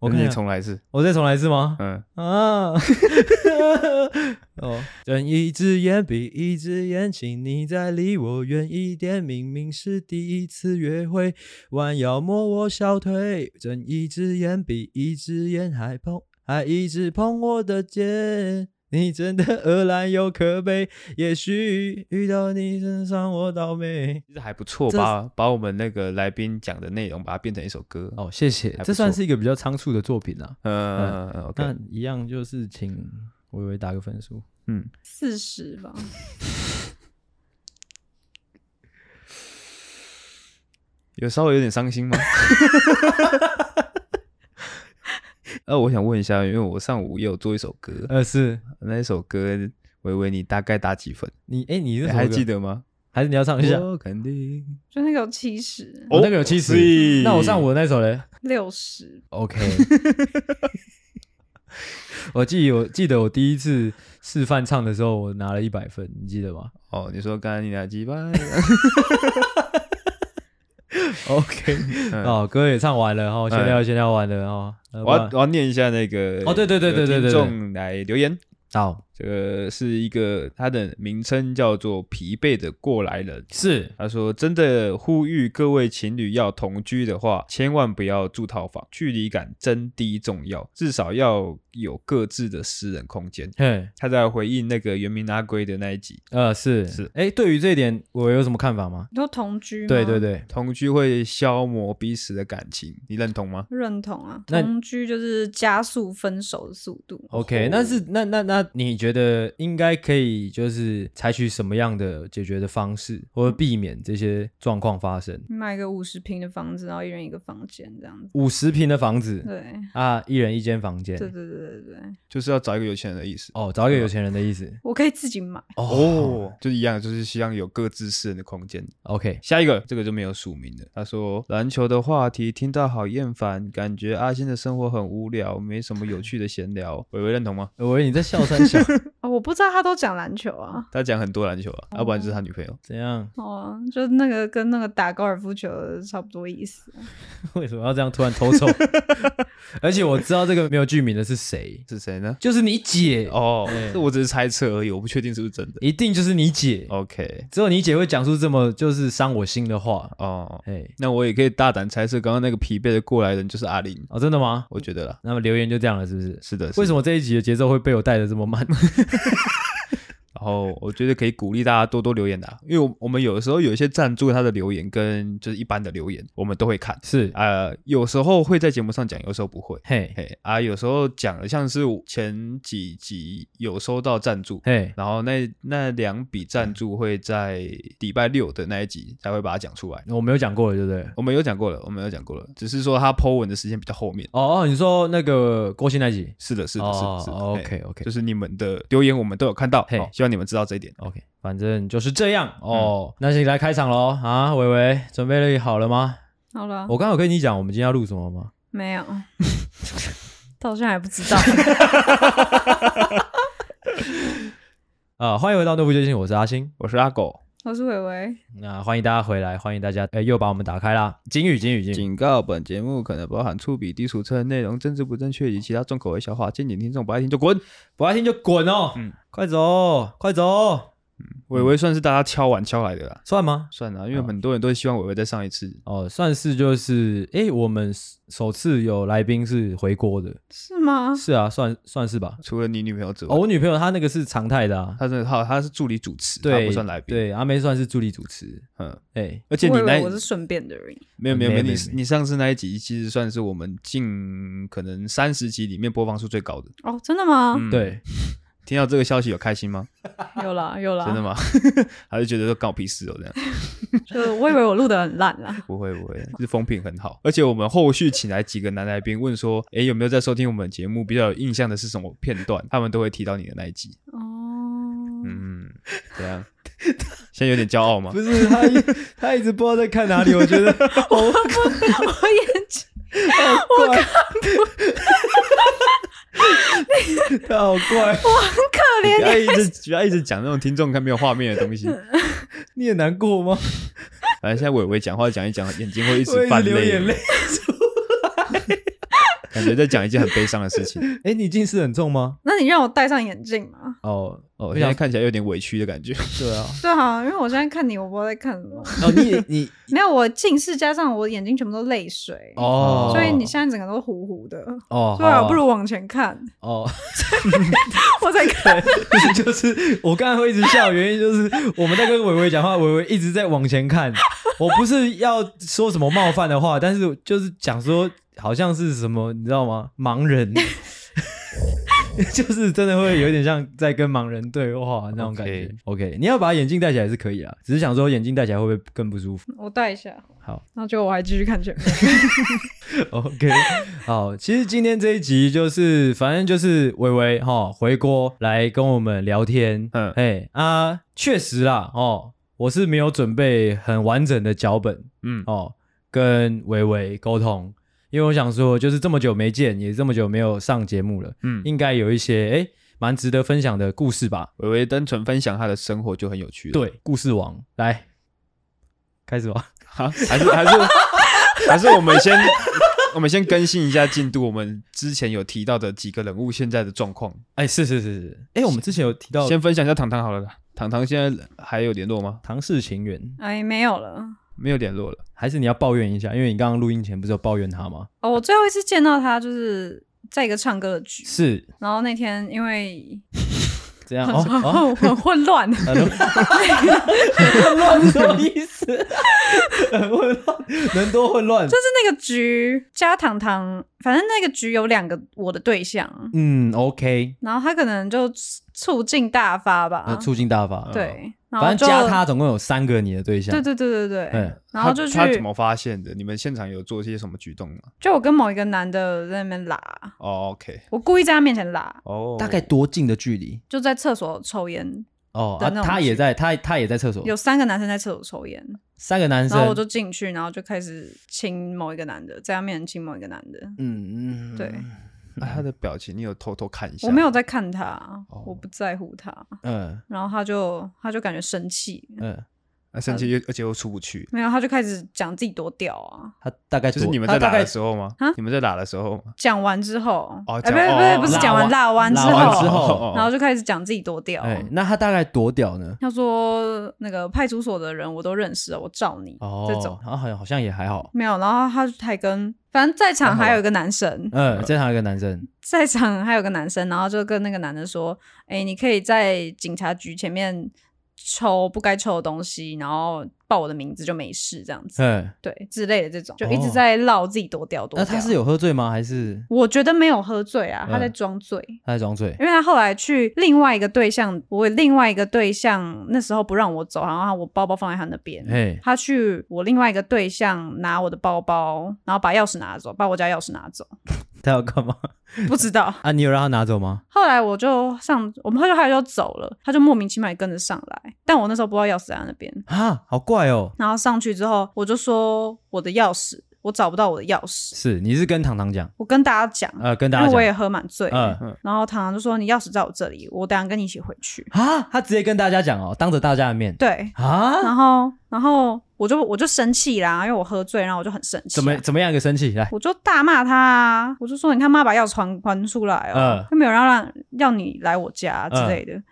[SPEAKER 1] 我
[SPEAKER 2] 那
[SPEAKER 1] 看一
[SPEAKER 2] 你
[SPEAKER 1] 下
[SPEAKER 2] 重来一次，
[SPEAKER 1] 我再重来一次吗？
[SPEAKER 2] 嗯，
[SPEAKER 1] 啊， 哦，睁一只眼闭一只眼，请你再离我远一点。明明是第一次约会，弯腰摸我小腿。睁一只眼闭一只眼，还碰还一直碰我的肩。你真的恶烂又可悲，也许遇到你真让我倒霉。
[SPEAKER 2] 其实还不错，
[SPEAKER 1] 这
[SPEAKER 2] 把把我们那个来宾讲的内容，把它变成一首歌。
[SPEAKER 1] 哦，谢谢
[SPEAKER 2] 还，不
[SPEAKER 1] 这算
[SPEAKER 2] 错
[SPEAKER 1] 是一个比较仓促的作品啊。
[SPEAKER 2] 嗯嗯，OK，
[SPEAKER 1] 那一样就是请微微打个分数。
[SPEAKER 2] 嗯，
[SPEAKER 3] 四十吧，
[SPEAKER 2] 有稍微有点伤心吗？ 呃，我想问一下，因为我上午也有做一首歌，
[SPEAKER 1] 呃，是
[SPEAKER 2] 那一首歌，维维你大概打几分？
[SPEAKER 1] 你哎、你是什
[SPEAKER 2] 你
[SPEAKER 1] 么
[SPEAKER 2] 还
[SPEAKER 1] 歌
[SPEAKER 2] 记得吗？
[SPEAKER 1] 还是你要唱一下？
[SPEAKER 2] 我肯定。
[SPEAKER 3] 就那个有七十、
[SPEAKER 2] 哦
[SPEAKER 1] 我那个有七十，那我上我那首嘞。
[SPEAKER 3] 六十，
[SPEAKER 1] OK，我记我记得我第一次示范唱的时候，我拿了一百分，你记得吗
[SPEAKER 2] 哦，你说刚才你俩几 班？
[SPEAKER 1] ？OK，
[SPEAKER 2] 嗯
[SPEAKER 1] 哦，歌也唱完了哦，闲聊
[SPEAKER 2] 哎
[SPEAKER 1] 也闲聊完了哦。呃
[SPEAKER 2] 我要
[SPEAKER 1] 不
[SPEAKER 2] 我要念一下那个
[SPEAKER 1] 哦对对对对对对对
[SPEAKER 2] 有听众来留言，
[SPEAKER 1] 然好
[SPEAKER 2] 这个是一个他的名称叫做疲惫的过来人。
[SPEAKER 1] 是
[SPEAKER 2] 他说：“真的呼吁各位情侣要同居的话，千万不要住套房，距离感真低重要，至少要有各自的私人空间。”
[SPEAKER 1] 嘿
[SPEAKER 2] 他在回应那个原名阿龟的那一集，
[SPEAKER 1] 呃是
[SPEAKER 2] 是
[SPEAKER 1] 哎，对于这一点我有什么看法吗？
[SPEAKER 3] 你说同居吗？
[SPEAKER 1] 对对，啊对，
[SPEAKER 2] 同居会消磨彼此的感情，你认同吗？
[SPEAKER 3] 认同啊。
[SPEAKER 1] 那
[SPEAKER 3] 同居就是加速分手的速度。
[SPEAKER 1] OK，
[SPEAKER 2] 哦
[SPEAKER 1] 那是那那那你觉得应该可以就是采取什么样的解决的方式，或者避免这些状况发生？
[SPEAKER 3] 买个五十平的房子，然后一人一个房间这样子。
[SPEAKER 1] 五十平的房子
[SPEAKER 3] 对，
[SPEAKER 1] 啊，一人一间房间
[SPEAKER 3] 对对，对对对对，
[SPEAKER 2] 就是要找一个有钱人的意思。
[SPEAKER 1] 哦，找一个有钱人的意思。
[SPEAKER 3] 我可以自己买。
[SPEAKER 1] 哦
[SPEAKER 2] 就一样，就是希望有各自私人的空间。
[SPEAKER 1] ，OK，
[SPEAKER 2] 下一个，这个就没有署名了。他说篮球的话题听到好厌烦，感觉阿仙的生活很无聊，没什么有趣的闲聊。伟伟认同吗？
[SPEAKER 1] 我以为你在笑三笑，
[SPEAKER 3] 哦，我不知道他都讲篮球啊。
[SPEAKER 2] 他讲很多篮球啊，要、不然就是他女朋友。
[SPEAKER 1] 怎样？
[SPEAKER 3] 哦，就那个跟那个打高尔夫球的差不多意思。
[SPEAKER 1] 为什么要这样突然偷臭？ 而且我知道这个没有剧名的是谁，
[SPEAKER 2] 是谁呢？
[SPEAKER 1] 就是你姐哦，
[SPEAKER 2] 哦
[SPEAKER 1] 哎，
[SPEAKER 2] 这我只是猜测而已，我不确定是不是真的。
[SPEAKER 1] 一定就是你姐。
[SPEAKER 2] 哦 OK，
[SPEAKER 1] 只有你姐会讲出这么就是伤我心的话。
[SPEAKER 2] 哦，
[SPEAKER 1] 哎、
[SPEAKER 2] 那我也可以大胆猜测，刚刚那个疲惫的过来人就是阿林，
[SPEAKER 1] 哦，真的吗？
[SPEAKER 2] 我觉得啦。
[SPEAKER 1] 那么留言就这样了，是不是？
[SPEAKER 2] 是的，
[SPEAKER 1] 为什
[SPEAKER 2] 么？
[SPEAKER 1] 么这一集的节奏会被我带的这么慢？
[SPEAKER 2] 然后我觉得可以鼓励大家多多留言的、啊，因为我我们有的时候有一些赞助他的留言跟就是一般的留言，我们都会看。
[SPEAKER 1] 是，
[SPEAKER 2] 呃，有时候会在节目上讲，有时候不会。
[SPEAKER 1] 嘿，
[SPEAKER 2] 嘿啊，有时候讲的像是我前几集有收到赞助，
[SPEAKER 1] 嘿，
[SPEAKER 2] 然后那那两笔赞助会在礼拜六的那一集才会把它讲出来。
[SPEAKER 1] 我没有讲过了，对不对？
[SPEAKER 2] 我们有讲过了，我们有讲过了，只是说他 Po 文的时间比较后面。
[SPEAKER 1] 哦哦，你说那个郭鑫那集？
[SPEAKER 2] 是的，是的，是的
[SPEAKER 1] 哦
[SPEAKER 2] 是的。
[SPEAKER 1] ，OK
[SPEAKER 2] 嘿
[SPEAKER 1] OK
[SPEAKER 2] 就是你们的留言我们都有看到，
[SPEAKER 1] 嘿
[SPEAKER 2] 好希望你们知道这一点。哦
[SPEAKER 1] OK，反正就是这样
[SPEAKER 2] 嗯
[SPEAKER 1] 哦。那请来开场喽啊，伟伟，准备好了吗？
[SPEAKER 3] 好
[SPEAKER 2] 啊
[SPEAKER 3] 了，
[SPEAKER 1] 我刚有跟你讲我们今天要录什么吗？
[SPEAKER 3] 没有，他好像还不知道。
[SPEAKER 1] 啊，欢迎回到内部接信，我是阿星。
[SPEAKER 2] 我是阿狗，
[SPEAKER 3] 我是伟伟，
[SPEAKER 1] 那欢迎大家回来，欢迎大家，哎，又把我们打开啦。金语，金语，金语。
[SPEAKER 2] 警告：本节目可能包含粗鄙、低俗、称内容、政治不正确以及其他重口味笑话，敬请听众不爱听就滚。
[SPEAKER 1] 不爱听就滚哦，
[SPEAKER 2] 嗯
[SPEAKER 1] 快走，快走，
[SPEAKER 2] 伟伟算是大家敲碗敲来的啦，
[SPEAKER 1] 算吗？
[SPEAKER 2] 算了，因为
[SPEAKER 1] 哦
[SPEAKER 2] 很多人都希望伟伟再上一次。
[SPEAKER 1] 哦，算是就是，哎，我们首次有来宾是回国的，
[SPEAKER 3] 是吗？
[SPEAKER 1] 是啊，算算是吧。
[SPEAKER 2] 除了你女朋友之外，
[SPEAKER 1] 哦，我女朋友她那个是常态的啊，
[SPEAKER 2] 他真的好，他是助理主持，他
[SPEAKER 1] 对，
[SPEAKER 2] 不算来宾。，
[SPEAKER 1] 对，阿妹算是助理主持，
[SPEAKER 2] 嗯，
[SPEAKER 1] 哎，
[SPEAKER 2] 而且你
[SPEAKER 3] 我以
[SPEAKER 2] 那
[SPEAKER 3] 为我是顺便的人。
[SPEAKER 2] 没有没有
[SPEAKER 1] 没有
[SPEAKER 2] 没
[SPEAKER 1] 没
[SPEAKER 2] 有，你
[SPEAKER 1] 有没有
[SPEAKER 2] 你上次那一集其实算是我们近可能三十集里面播放数最高的。
[SPEAKER 3] 哦，真的吗？
[SPEAKER 2] 嗯，
[SPEAKER 1] 对，
[SPEAKER 2] 听到这个消息有开心吗？
[SPEAKER 3] 有啦有啦，
[SPEAKER 2] 嗯真的吗？ 还是觉得说干我屁事哦 这样？
[SPEAKER 3] 就是我以为我录的很烂 啦。
[SPEAKER 2] 不会不会，是风评很好。而且我们后续请来几个男来宾，问说，诶，有没有在收听我们节目比较有印象的是什么片 段？他们都会提到你的那一集。
[SPEAKER 3] 哦，
[SPEAKER 2] 嗯，怎样？现在有点骄傲 吗？
[SPEAKER 1] 不是他一，他一直不知道在看哪里，我觉 得好
[SPEAKER 3] 我眼睛
[SPEAKER 1] 怪，他好怪，
[SPEAKER 3] 可
[SPEAKER 2] 不
[SPEAKER 3] 怜，
[SPEAKER 2] 要一直不要一直讲那种听众看没有画面的 东西。
[SPEAKER 1] 你也难过吗？
[SPEAKER 2] 反正现在伟伟讲话讲一讲，眼睛会一
[SPEAKER 1] 我
[SPEAKER 2] 直
[SPEAKER 1] 一直
[SPEAKER 2] 泛
[SPEAKER 1] 流眼
[SPEAKER 2] 泪。
[SPEAKER 1] 泪。
[SPEAKER 2] 感觉在讲一件很悲伤的事情。
[SPEAKER 1] 哎，你近视很重吗？
[SPEAKER 3] 那你让我戴上眼镜嘛？
[SPEAKER 1] 哦哦，
[SPEAKER 2] 我
[SPEAKER 1] 我
[SPEAKER 2] 现在
[SPEAKER 1] 想
[SPEAKER 2] 看起来有点委屈的感觉。
[SPEAKER 1] 对啊，
[SPEAKER 3] 对啊，因为我现在看你，我不知道在看什么。
[SPEAKER 1] 哦你你
[SPEAKER 3] 没有，我近视加上我眼睛全部都泪水，
[SPEAKER 1] 哦，
[SPEAKER 3] 所以你现在整个都糊糊的。
[SPEAKER 1] 哦，
[SPEAKER 3] 对啊，
[SPEAKER 1] 好
[SPEAKER 3] 不如往前看，
[SPEAKER 1] 哦，
[SPEAKER 3] 我在 看。
[SPEAKER 1] 就是我刚才会一直笑，原因就是我们在跟伟伟讲话，伟伟一直在往前看。我不是要说什么冒犯的话，但是就是讲说好像是什么，你知道吗？盲人， 就是真的会有点像在跟盲人对话那种感觉。OK，, 你要把眼镜戴起来是可以啦，只是想说眼镜戴起来会不会更不舒服？
[SPEAKER 3] 我戴一下，
[SPEAKER 1] 好
[SPEAKER 3] 然后就我还继续看前面。
[SPEAKER 1] ，OK，好，其实今天这一集就是反正就是伟伟哈回锅来跟我们聊天，
[SPEAKER 2] 嗯，
[SPEAKER 1] 哎啊，确实啦，哦，我是没有准备很完整的脚本
[SPEAKER 2] 嗯，
[SPEAKER 1] 哦，跟维维沟通，因为我想说，就是这么久没见，也这么久没有上节目了，
[SPEAKER 2] 嗯，
[SPEAKER 1] 应该有一些哎蛮值得分享的故事吧？
[SPEAKER 2] 微微单纯分享他的生活就很有趣了。，
[SPEAKER 1] 对，故事王来开始吧。
[SPEAKER 2] 啊，还是还是还是我们先 我们先更新一下进度，我们之前有提到的几个人物现在的状况，
[SPEAKER 1] 哎，是是是是，哎，我们之前有提到
[SPEAKER 2] 先分享一下糖糖好了啦。糖糖现在还有联络吗？
[SPEAKER 1] 唐氏情缘，
[SPEAKER 3] 哎，没有了。
[SPEAKER 2] 没有联络了。
[SPEAKER 1] 还是你要抱怨一下？因为你刚刚录音前不是有抱怨他吗？
[SPEAKER 3] 哦，我最后一次见到他就是在一个唱歌的局，
[SPEAKER 1] 是
[SPEAKER 3] 然后那天因 为
[SPEAKER 1] 这 样
[SPEAKER 3] 很、
[SPEAKER 1] 哦哦，
[SPEAKER 3] 很混乱，
[SPEAKER 1] 很混乱什么意思？很混乱，能多混乱？
[SPEAKER 3] 就是那个局加糖糖，反正那个局有两个我的对象，
[SPEAKER 1] 嗯，OK，
[SPEAKER 3] 然后他可能就醋劲大发吧，
[SPEAKER 1] 那呃促进大法。
[SPEAKER 3] 啊
[SPEAKER 1] 啊
[SPEAKER 3] 对，然后
[SPEAKER 1] 反
[SPEAKER 3] 就
[SPEAKER 1] 正加他总共有三个你的对象。
[SPEAKER 3] 对对对对对，
[SPEAKER 1] 嗯
[SPEAKER 3] 然后就去
[SPEAKER 2] 他他怎么发现的？你们现场有做些什么举动吗？
[SPEAKER 3] 就我跟某一个男的在那边拉，
[SPEAKER 2] 哦，OK，
[SPEAKER 3] 我故意在他面前拉，
[SPEAKER 2] 哦，
[SPEAKER 1] 大概多近的距离？
[SPEAKER 3] 就在厕所抽烟，
[SPEAKER 1] 哦，
[SPEAKER 3] 的
[SPEAKER 1] 啊
[SPEAKER 3] 那种
[SPEAKER 1] 他也在，他他也在厕所。
[SPEAKER 3] 有三个男生在厕所抽烟，
[SPEAKER 1] 三个男
[SPEAKER 3] 然后我
[SPEAKER 1] 哦生。
[SPEAKER 3] 就进去，然后就开始亲某一个男的，在他面前亲某一个男的，
[SPEAKER 1] 嗯嗯，
[SPEAKER 3] 对
[SPEAKER 2] 啊他的表情，你有偷偷看一下？
[SPEAKER 3] 我没有，在看他，
[SPEAKER 2] 哦
[SPEAKER 3] 我不在乎他，
[SPEAKER 1] 嗯
[SPEAKER 3] 然后他就他就感觉生气，
[SPEAKER 1] 嗯，
[SPEAKER 2] 啊、生气又，而且又出不去。
[SPEAKER 3] 没有，他就开始讲自己多屌啊，
[SPEAKER 1] 他大概
[SPEAKER 2] 就是
[SPEAKER 1] 多
[SPEAKER 2] 你们
[SPEAKER 1] 他
[SPEAKER 2] 在
[SPEAKER 1] 大
[SPEAKER 2] 打
[SPEAKER 1] 概
[SPEAKER 2] 的时候吗
[SPEAKER 3] 啊？
[SPEAKER 2] 你们在打的时候吗？
[SPEAKER 3] 讲完之后，
[SPEAKER 2] 哦
[SPEAKER 3] 哎、
[SPEAKER 2] 讲
[SPEAKER 3] 不是不
[SPEAKER 2] 哦
[SPEAKER 3] 是不是讲完
[SPEAKER 1] 拉
[SPEAKER 3] 拉
[SPEAKER 1] 完
[SPEAKER 3] 完之
[SPEAKER 1] 拉完之
[SPEAKER 3] 后，
[SPEAKER 1] 后
[SPEAKER 2] 哦
[SPEAKER 3] 然后就开始讲自己多屌。
[SPEAKER 1] 哎，那他大概多屌呢？
[SPEAKER 3] 他说那个派出所的人我都认识了，我罩你、
[SPEAKER 1] 哦，
[SPEAKER 3] 这种
[SPEAKER 1] 然后好像好像也还好。
[SPEAKER 3] 没有，然后他还跟反正在场还有一个男生，
[SPEAKER 1] 嗯，正常一个男生。
[SPEAKER 3] 在场还有个男生，然后就跟那个男的说：“哎、你可以在警察局前面抽不该抽的东西，然后报我的名字就没事，这样子，
[SPEAKER 1] 嗯，
[SPEAKER 3] 对之类的这种，就
[SPEAKER 1] 哦
[SPEAKER 3] 一直在唠自己多屌多
[SPEAKER 1] 那
[SPEAKER 3] 屌。
[SPEAKER 1] 他是有喝醉吗？还是
[SPEAKER 3] 我觉得没有喝醉啊，他在
[SPEAKER 1] 嗯
[SPEAKER 3] 装醉。
[SPEAKER 1] 他在装 醉？
[SPEAKER 3] 因为他后来去另外一个对象，我另外一个对象那时候不让我走，然后我包包放在他那边，
[SPEAKER 1] 嘿
[SPEAKER 3] 他去我另外一个对象拿我的包包，然后把钥匙拿走，把我家钥匙拿走，
[SPEAKER 1] 他要干嘛？
[SPEAKER 3] 不 知道。
[SPEAKER 1] 啊，你有让他拿走吗？
[SPEAKER 3] 后来我就上，我们后来他就走了，他就莫名其妙也跟着上来，但我那时候不知道钥匙在他那边，
[SPEAKER 1] 啊，好怪哦。
[SPEAKER 3] 然后上去之后我就说我的钥匙，我找不到我的钥匙，
[SPEAKER 1] 是，你是跟糖糖讲，
[SPEAKER 3] 我跟大家讲，
[SPEAKER 1] 呃，跟大
[SPEAKER 3] 因
[SPEAKER 1] 家
[SPEAKER 3] 为我
[SPEAKER 1] 讲，
[SPEAKER 3] 也喝蛮醉的，
[SPEAKER 1] 嗯
[SPEAKER 3] 然后唐唐就说你钥匙在我这里，我等下跟你一起回去，
[SPEAKER 1] 啊，他直接跟大家讲哦，当着大家的面，
[SPEAKER 3] 对，
[SPEAKER 1] 啊，
[SPEAKER 3] 然后然后我就我就生气啦，因为我喝醉，然后我就很生气啊、
[SPEAKER 1] 怎么怎么样一个生气来？
[SPEAKER 3] 我就大骂他啊！我就说你他妈把钥匙还还出来哦
[SPEAKER 1] 嗯，
[SPEAKER 3] 又、没有人要让要你来我家之类的。
[SPEAKER 2] 嗯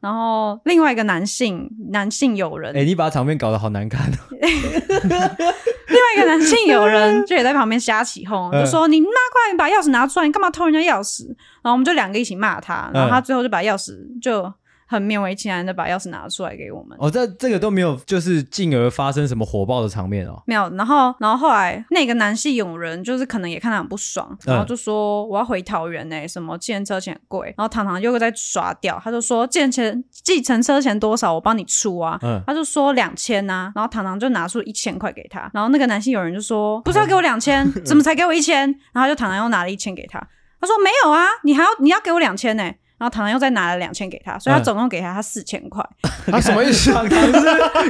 [SPEAKER 3] 然后另外一个男性男性友人，
[SPEAKER 1] 哎，你把场面搞得好难看哦，
[SPEAKER 3] 另外一个男性友人就也在旁边瞎起哄，
[SPEAKER 1] 嗯
[SPEAKER 3] 就说你妈快点把钥匙拿出来，你干嘛偷人家钥匙？然后我们就两个一起骂他，然后
[SPEAKER 1] 嗯
[SPEAKER 3] 他最后就把钥匙就很勉为其难的把钥匙拿出来给我们。
[SPEAKER 1] 哦，这这个都没有，就是进而发生什么火爆的场面哦，
[SPEAKER 3] 没有，然后，然后后来那个男性友人就是可能也看他很不爽，
[SPEAKER 1] 嗯
[SPEAKER 3] 然后就说我要回桃园呢、欸什么计程车钱很贵，然后糖糖又在耍屌，他就说计程钱计程车钱多少我帮你出啊，
[SPEAKER 1] 嗯，
[SPEAKER 3] 他就说两千啊，然后糖糖就拿出一千块给他，然后那个男性友人就说不是要给我两千，
[SPEAKER 1] 嗯
[SPEAKER 3] 怎么才给我一千？然后就糖糖又拿了一千给他，他说没有啊，你还要你要给我两千呢，然后糖糖又再拿了两千给他，所以他
[SPEAKER 1] 嗯
[SPEAKER 3] 总共给他他四千块，
[SPEAKER 2] 他 什么 意思？
[SPEAKER 1] 糖糖是，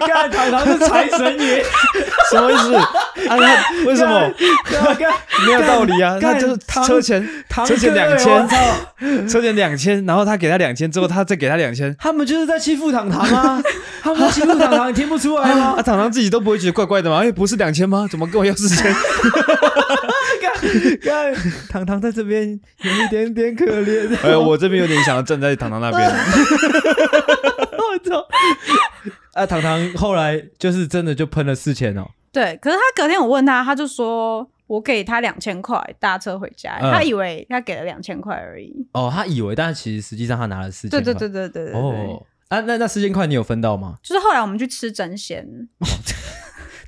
[SPEAKER 1] 看糖糖是财神爷，
[SPEAKER 2] 什么意思？啊，那为什么？没有道理啊！
[SPEAKER 1] 干
[SPEAKER 2] 那就是
[SPEAKER 1] 糖
[SPEAKER 2] 车钱，
[SPEAKER 1] 糖
[SPEAKER 2] 车钱
[SPEAKER 1] 哥
[SPEAKER 2] 两
[SPEAKER 1] 欸我
[SPEAKER 2] 千，
[SPEAKER 1] 操
[SPEAKER 2] 车钱两千，然后他给他两千之后，他再给他两千，
[SPEAKER 1] 他们就是在欺负糖糖 啊，他们在欺负糖糖，你听不出来吗
[SPEAKER 2] 啊，？糖糖自己都不会觉得怪怪的吗？哎，不是两千吗？怎么跟我要四千？
[SPEAKER 1] 干看糖糖在这边有一点点可怜，
[SPEAKER 2] 哎，我这边有点想要站在糖糖那边。
[SPEAKER 1] 我操！啊，糖糖后来就是真的就喷了四千哦，
[SPEAKER 3] 对，可是他隔天我问他，他就说我给他两千块搭车回家，
[SPEAKER 1] 嗯
[SPEAKER 3] 他以为他给了两千块而已。
[SPEAKER 1] 哦，他以为，但是其实实际上他拿了四千，
[SPEAKER 3] 对对对，对对对对，
[SPEAKER 1] 哦，啊，那那四千块你有分到吗？
[SPEAKER 3] 就是后来我们去吃真鲜，呃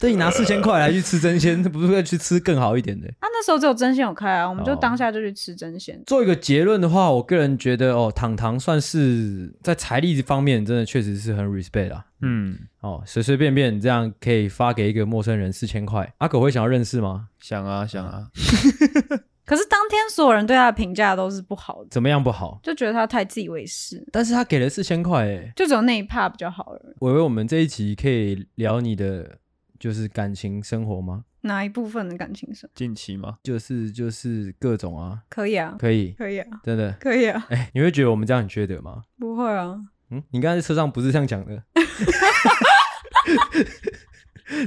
[SPEAKER 1] 对你拿四千块来去吃真鲜， 不是要去吃更好一点的？
[SPEAKER 3] 啊，那时候只有真鲜有开啊，我们就
[SPEAKER 1] 哦
[SPEAKER 3] 当下就去吃真鲜。
[SPEAKER 1] 做一个结论的话，我个人觉得哦，糖糖算是在财力方面真的确实是很 respect 啊。
[SPEAKER 2] 嗯，
[SPEAKER 1] 哦，随随便便这样可以发给一个陌生人四千块，阿狗会想要认识吗？
[SPEAKER 2] 想啊想啊，
[SPEAKER 3] 可是当天所有人对他的评价都是不好的，
[SPEAKER 1] 怎么样不好？
[SPEAKER 3] 就觉得他太自以为是，
[SPEAKER 1] 但是他给了四千块，哎，
[SPEAKER 3] 就只有那一趴比较好而已。
[SPEAKER 1] 我以为我们这一集可以聊你的就是感情生活吗？
[SPEAKER 3] 哪一部分的感情生
[SPEAKER 2] 近期吗？
[SPEAKER 1] 就是就是各种啊，
[SPEAKER 3] 可以啊，
[SPEAKER 1] 可 以，
[SPEAKER 3] 可以啊，
[SPEAKER 1] 真的，
[SPEAKER 3] 可以啊，
[SPEAKER 1] 哎、你会觉得我们这样很缺德吗？
[SPEAKER 3] 不会啊，
[SPEAKER 1] 嗯，你刚才在车上不是这样讲的，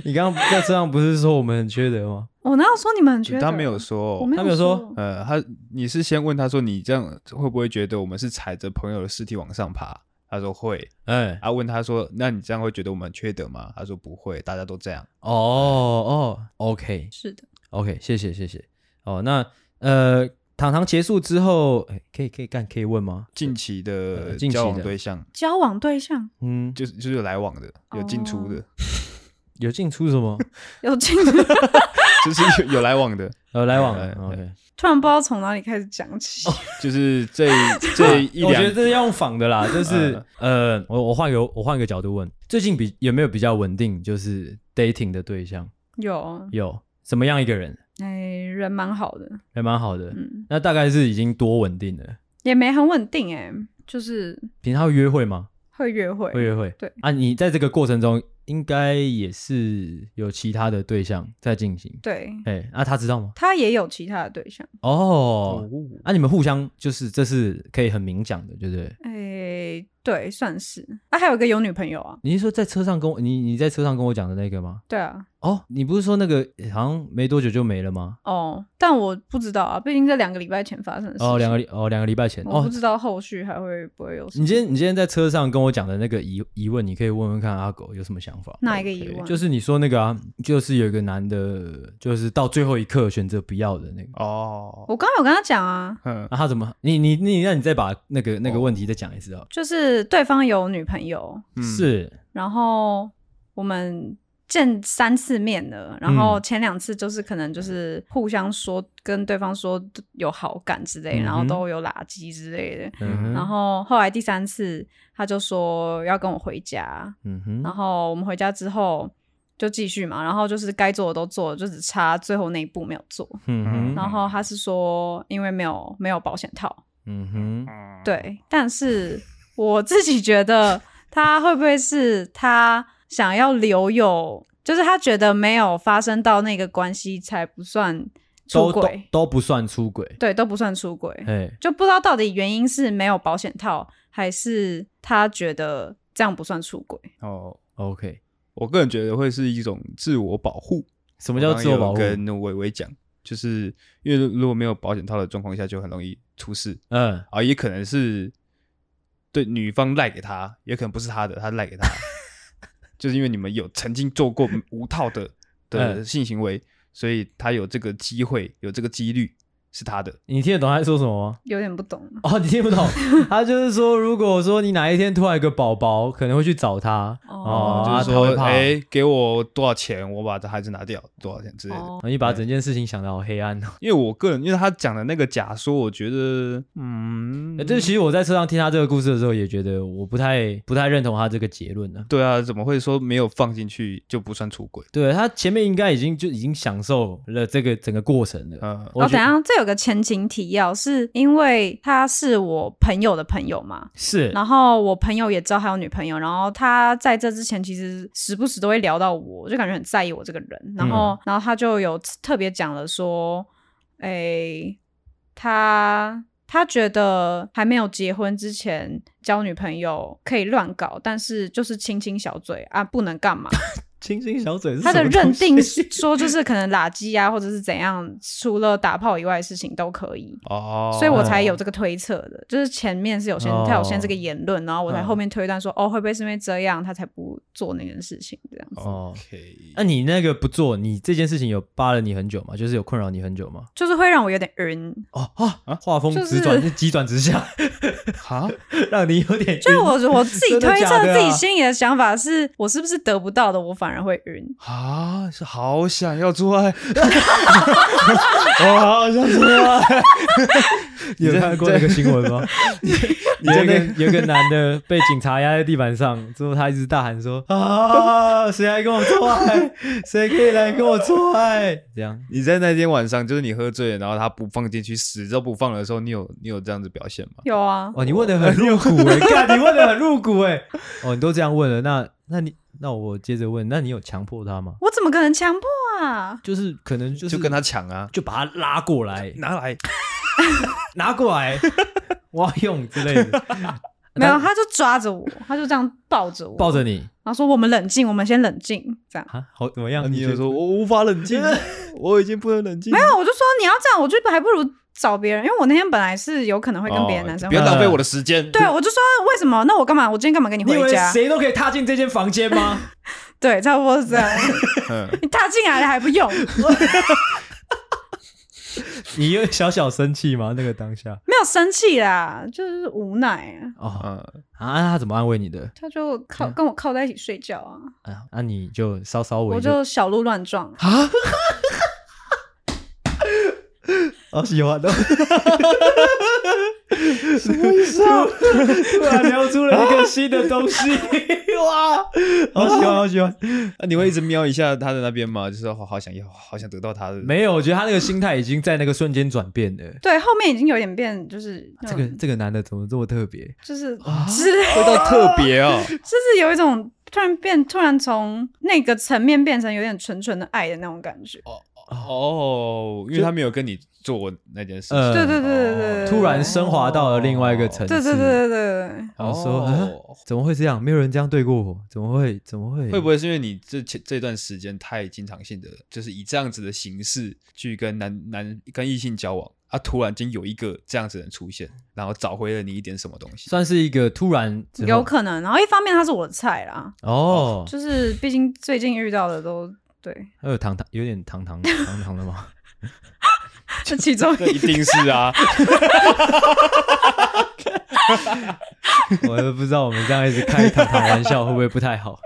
[SPEAKER 1] 你刚刚在车上不是说我们很缺德吗？
[SPEAKER 3] 我哪有说你们很缺德？啊
[SPEAKER 2] 他没有，说
[SPEAKER 3] 我
[SPEAKER 2] 哦，
[SPEAKER 3] 没
[SPEAKER 1] 他没有说嗯
[SPEAKER 3] 说，
[SPEAKER 2] 呃，他你是先问他说你这样会不会觉得我们是踩着朋友的尸体往上爬？他说会。
[SPEAKER 1] 哎、
[SPEAKER 2] 啊，问他说那你这样会觉得我们很缺德吗？他说不会，大家都这样。
[SPEAKER 1] 哦哦，OK
[SPEAKER 3] 是的，
[SPEAKER 1] OK，谢谢谢谢。哦，那呃，糖糖结束之后，哎、可以可以干可以问吗？
[SPEAKER 2] 近期的
[SPEAKER 1] 呃近期
[SPEAKER 2] 交往
[SPEAKER 1] 的
[SPEAKER 2] 对象
[SPEAKER 3] 交往对象
[SPEAKER 1] 嗯，
[SPEAKER 2] 就是就是有来往的，有进出的，
[SPEAKER 1] 有进出什么？
[SPEAKER 3] 有进入，
[SPEAKER 2] 就是有有来往的，
[SPEAKER 1] 呃，来往
[SPEAKER 2] 哎哎
[SPEAKER 1] OK。
[SPEAKER 3] 突然不知道从哪里开始讲起。
[SPEAKER 1] 哦
[SPEAKER 2] 就是这 这哎一
[SPEAKER 1] 我觉得
[SPEAKER 2] 两嗯
[SPEAKER 1] 这是要用仿的啦，就是呃，我我换个我换个角度问，最近比有没有比较稳定，就是 dating 的对象
[SPEAKER 3] 有，
[SPEAKER 1] 有怎么样一个人，
[SPEAKER 3] 哎、人蛮好的，
[SPEAKER 1] 还蛮好的。
[SPEAKER 3] 嗯，
[SPEAKER 1] 那大概是已经多稳定了？
[SPEAKER 3] 也没很稳定、哎，就是
[SPEAKER 1] 平常会约会吗？
[SPEAKER 3] 会约会，
[SPEAKER 1] 会约会。
[SPEAKER 3] 对
[SPEAKER 1] 啊，你在这个过程中应该也是有其他的对象在进行。
[SPEAKER 3] 对，
[SPEAKER 1] 哎，那、他知道吗？
[SPEAKER 3] 他也有其他的对象，
[SPEAKER 1] 哦，啊，你们互相就是这是可以很明讲的，对不对？
[SPEAKER 3] 哎、对，算是。啊，还有一个有女朋友啊，
[SPEAKER 1] 你是说在车上跟我你你在车上跟我讲的那个吗？
[SPEAKER 3] 对啊，
[SPEAKER 1] 哦，你不是说那个好像没多久就没了吗？
[SPEAKER 3] 哦，但我不知道啊，毕竟这两个礼拜前发生的事情，
[SPEAKER 1] 哦，两个礼哦两个礼拜前
[SPEAKER 3] 我不
[SPEAKER 1] 哦，
[SPEAKER 3] 知道后续还会不会有什么。
[SPEAKER 1] 你今天你今天在车上跟我讲的那个疑疑问，你可以问问看阿狗有什么想法。
[SPEAKER 3] 哪一个疑问？
[SPEAKER 1] 就是你说那个啊，就是有一个男的，就是到最后一刻选择不要的那个，
[SPEAKER 2] 哦，
[SPEAKER 3] 我刚刚有跟他讲啊，
[SPEAKER 2] 嗯，
[SPEAKER 1] 那、他怎么？你你你，那你再把那个那个
[SPEAKER 2] 哦
[SPEAKER 1] 问题再讲一次啊、
[SPEAKER 3] 就是对方有女朋友，
[SPEAKER 2] 嗯，
[SPEAKER 1] 是
[SPEAKER 3] 然后我们见三次面了，然后
[SPEAKER 1] 嗯
[SPEAKER 3] 前两次就是可能就是互相说跟对方说有好感之
[SPEAKER 1] 嗯
[SPEAKER 3] 类，
[SPEAKER 1] 哼
[SPEAKER 3] 然后都有垃圾之类的。
[SPEAKER 1] 嗯哼，
[SPEAKER 3] 然后后来第三次他就说要跟我回家，
[SPEAKER 1] 嗯哼，
[SPEAKER 3] 然后我们回家之后就继续嘛，然后就是该做的都做了，就只差最后那一步没有做。
[SPEAKER 1] 嗯哼，
[SPEAKER 3] 然后他是说因为没有没有保险套，
[SPEAKER 1] 嗯哼，
[SPEAKER 3] 对，但是我自己觉得他会不会是他想要留有，就是他觉得没有发生到那个关系才不算出
[SPEAKER 1] 都都
[SPEAKER 3] 轨，
[SPEAKER 1] 都不算出轨，
[SPEAKER 3] 对，都不算出轨，
[SPEAKER 1] 哎，
[SPEAKER 3] 就不知道到底原因是没有保险套，还是他觉得这样不算出轨。
[SPEAKER 2] 哦，
[SPEAKER 1] ，OK，
[SPEAKER 2] 我个人觉得会是一种自我保护。
[SPEAKER 1] 什么叫自我保护
[SPEAKER 2] 我？刚刚有跟伟伟讲，就是因为如果没有保险套的状况下，就很容易出事
[SPEAKER 1] 嗯，
[SPEAKER 2] 啊，也可能是对女方赖给他，也可能不是他的，他赖给他，就是因为你们有曾经做过无 套的的
[SPEAKER 1] 嗯
[SPEAKER 2] 性行为，所以他有这个机会，有这个几率是他的。
[SPEAKER 1] 你听得懂他在说什么吗？
[SPEAKER 3] 有点不懂，
[SPEAKER 1] 哦，你听不 懂，他就是说，如果说你哪一天突然有个宝宝，可能会去找他，
[SPEAKER 3] 哦
[SPEAKER 1] 啊
[SPEAKER 2] 就是
[SPEAKER 1] 他会
[SPEAKER 2] 说，
[SPEAKER 1] 怕
[SPEAKER 2] 哎、给我多少钱，我把这孩子拿掉，多少钱之类的。
[SPEAKER 3] 哦
[SPEAKER 1] 你把整件事情想得好黑暗哦。
[SPEAKER 2] 因为我个人，因为他讲的那个假说，我觉得，嗯，
[SPEAKER 1] 欸这其实我在车上听他这个故事的时候，也觉得我不太不太认同他这个结论呢、
[SPEAKER 2] 对啊，怎么会说没有放进去就不算出轨？
[SPEAKER 1] 对他前面应该已经就已经享受了这个整个过程了。
[SPEAKER 2] 嗯，
[SPEAKER 1] 我
[SPEAKER 3] 哦，
[SPEAKER 1] 觉
[SPEAKER 3] 等
[SPEAKER 1] 得
[SPEAKER 3] 一下，这有个前情提要，是因为他是我朋友的朋友嘛，
[SPEAKER 1] 是
[SPEAKER 3] 然后我朋友也知道他有女朋友，然后他在这之前其实时不时都会聊到我，就感觉很在意我这个人。然
[SPEAKER 1] 嗯
[SPEAKER 3] 后，然后他就有特别讲了说，诶，他他觉得还没有结婚 之前交女朋友可以乱搞，但是就是亲亲小嘴啊，不能干嘛。
[SPEAKER 1] 清新小嘴是
[SPEAKER 3] 他的
[SPEAKER 1] 什么东
[SPEAKER 3] 认
[SPEAKER 1] 西
[SPEAKER 3] 定说就是可能垃圾啊，或者是怎样，除了打炮以外的事情都可以。
[SPEAKER 2] 哦，
[SPEAKER 3] 所以我才有这个推测的，就是前面是有先他有先这个
[SPEAKER 1] 哎哦
[SPEAKER 3] 言论，然后我才
[SPEAKER 1] 嗯
[SPEAKER 3] 后面推断说，哦，会不会是因为这样他才不做那件事情这样？
[SPEAKER 1] 哦
[SPEAKER 2] OK，
[SPEAKER 1] 那、你那个不做，你这件事情有扒了你很久吗？就是有困扰你很久吗？
[SPEAKER 3] 就是会让我有点晕，
[SPEAKER 1] 哦啊，画风
[SPEAKER 3] 就是
[SPEAKER 1] 直转，急转直下，
[SPEAKER 2] 好，
[SPEAKER 1] 让你有点晕
[SPEAKER 3] 就是我我自
[SPEAKER 1] 真
[SPEAKER 3] 己
[SPEAKER 1] 的
[SPEAKER 3] 推测
[SPEAKER 1] 假的啊
[SPEAKER 3] 自己心里的想法是，我是不是得不到的，我反而会晕。
[SPEAKER 2] 啊，是好想要做爱，哦我好 想做爱。
[SPEAKER 1] 你有
[SPEAKER 2] 你在
[SPEAKER 1] 看过那个新闻吗？
[SPEAKER 2] 你在
[SPEAKER 1] 有一
[SPEAKER 2] 那
[SPEAKER 1] 个有一个男的被警察压在地板上， 之后他一直大喊说：“ 啊，谁来跟我做爱？谁可以来跟我做爱？”这样
[SPEAKER 2] 你在那天晚上，就是你喝醉了，然后他不放进去，死都不放的时候，你有你有这样子表现吗？
[SPEAKER 3] 有啊，
[SPEAKER 1] 哦，你问的很入骨 哎、欸，干你问的很入骨哎、哦，你都这样问了，那那你那我接着问，那你有强迫他吗？
[SPEAKER 3] 我怎么可能强迫啊？
[SPEAKER 1] 就是可能就是
[SPEAKER 2] 就跟他抢啊，
[SPEAKER 1] 就把他拉过来，
[SPEAKER 2] 拿来，
[SPEAKER 1] 拿过来， 我要用之类的，
[SPEAKER 3] 没有，他就抓着我，他就这样抱着我，
[SPEAKER 1] 抱着你
[SPEAKER 3] 然后说我们冷静，我们先冷静，这样。
[SPEAKER 1] 啊，好怎么样？
[SPEAKER 2] 你
[SPEAKER 1] 觉
[SPEAKER 2] 就
[SPEAKER 1] 得
[SPEAKER 2] 说我无法冷静，我已经不能冷静，没
[SPEAKER 3] 那我就说你要这样，我就还不如找别人，因为我那天本来是有可能会
[SPEAKER 1] 哦
[SPEAKER 3] 跟别的男生
[SPEAKER 2] 哦不
[SPEAKER 3] 会。
[SPEAKER 2] 要浪费我的时间。
[SPEAKER 3] 对，啊哦我就说为什么？那我干嘛？我今天干嘛跟你
[SPEAKER 1] 你以
[SPEAKER 3] 回
[SPEAKER 1] 为
[SPEAKER 3] 家？
[SPEAKER 1] 谁都可以踏进这间房间吗？
[SPEAKER 3] 对，差不多是这样。
[SPEAKER 2] 嗯，
[SPEAKER 3] 你踏进来了还不用？
[SPEAKER 1] 你有小小生气吗？那个当下
[SPEAKER 3] 没有生气啦，就是无奈啊。
[SPEAKER 1] 哦
[SPEAKER 2] 嗯，
[SPEAKER 1] 啊，他怎么安慰你的？
[SPEAKER 3] 他就靠跟我靠在一起睡觉啊，
[SPEAKER 1] 啊，那你就啊稍稍
[SPEAKER 3] 我
[SPEAKER 1] 微
[SPEAKER 3] 就小鹿乱撞。
[SPEAKER 1] 好哦喜 欢的，什么意思啊？突然聊出了一个新的东 西， 哇，好哦喜欢，好喜欢。
[SPEAKER 2] 那啊你会一直瞄一下他的那边吗？就是好好想要，好想得到他的。
[SPEAKER 1] 没有，我觉得他那个心态已经在那个瞬间转变了。
[SPEAKER 3] 对，后面已经有点变，就是那
[SPEAKER 1] 啊这个
[SPEAKER 3] 种
[SPEAKER 1] 啊这个男的怎么这么特别？
[SPEAKER 3] 就是之类，
[SPEAKER 2] 味道特别哦，
[SPEAKER 3] 就是有一种突然变，突然从那个层面变成有点纯纯的爱的那种感觉。
[SPEAKER 2] 哦，因为他没有跟你做那件事情，
[SPEAKER 1] 呃
[SPEAKER 3] 对对对对对，对
[SPEAKER 1] 突然升华到了另外一个层次。
[SPEAKER 3] 对对对对对，
[SPEAKER 1] 然后说、
[SPEAKER 2] 哦
[SPEAKER 1] 啊怎么会这样？没有人这样对过我，怎么会？怎么会？
[SPEAKER 2] 会不会是因为你这前这段时间太经常性的，就是以这样子的形式去跟男男跟异性交往，啊，突然间有一个这样子的人出现，然后找回了你一点什么东西？
[SPEAKER 1] 算是一个突然之后？
[SPEAKER 3] 有可能。然后一方面他是我的菜啦，
[SPEAKER 1] 哦，
[SPEAKER 3] 就是毕竟最近遇到的都 对，
[SPEAKER 1] 还有糖糖，有点糖糖糖糖的吗？
[SPEAKER 3] 这其中
[SPEAKER 2] 这一定是啊，
[SPEAKER 1] 我都不知道我们这样一直开糖糖玩笑会不会不太 好。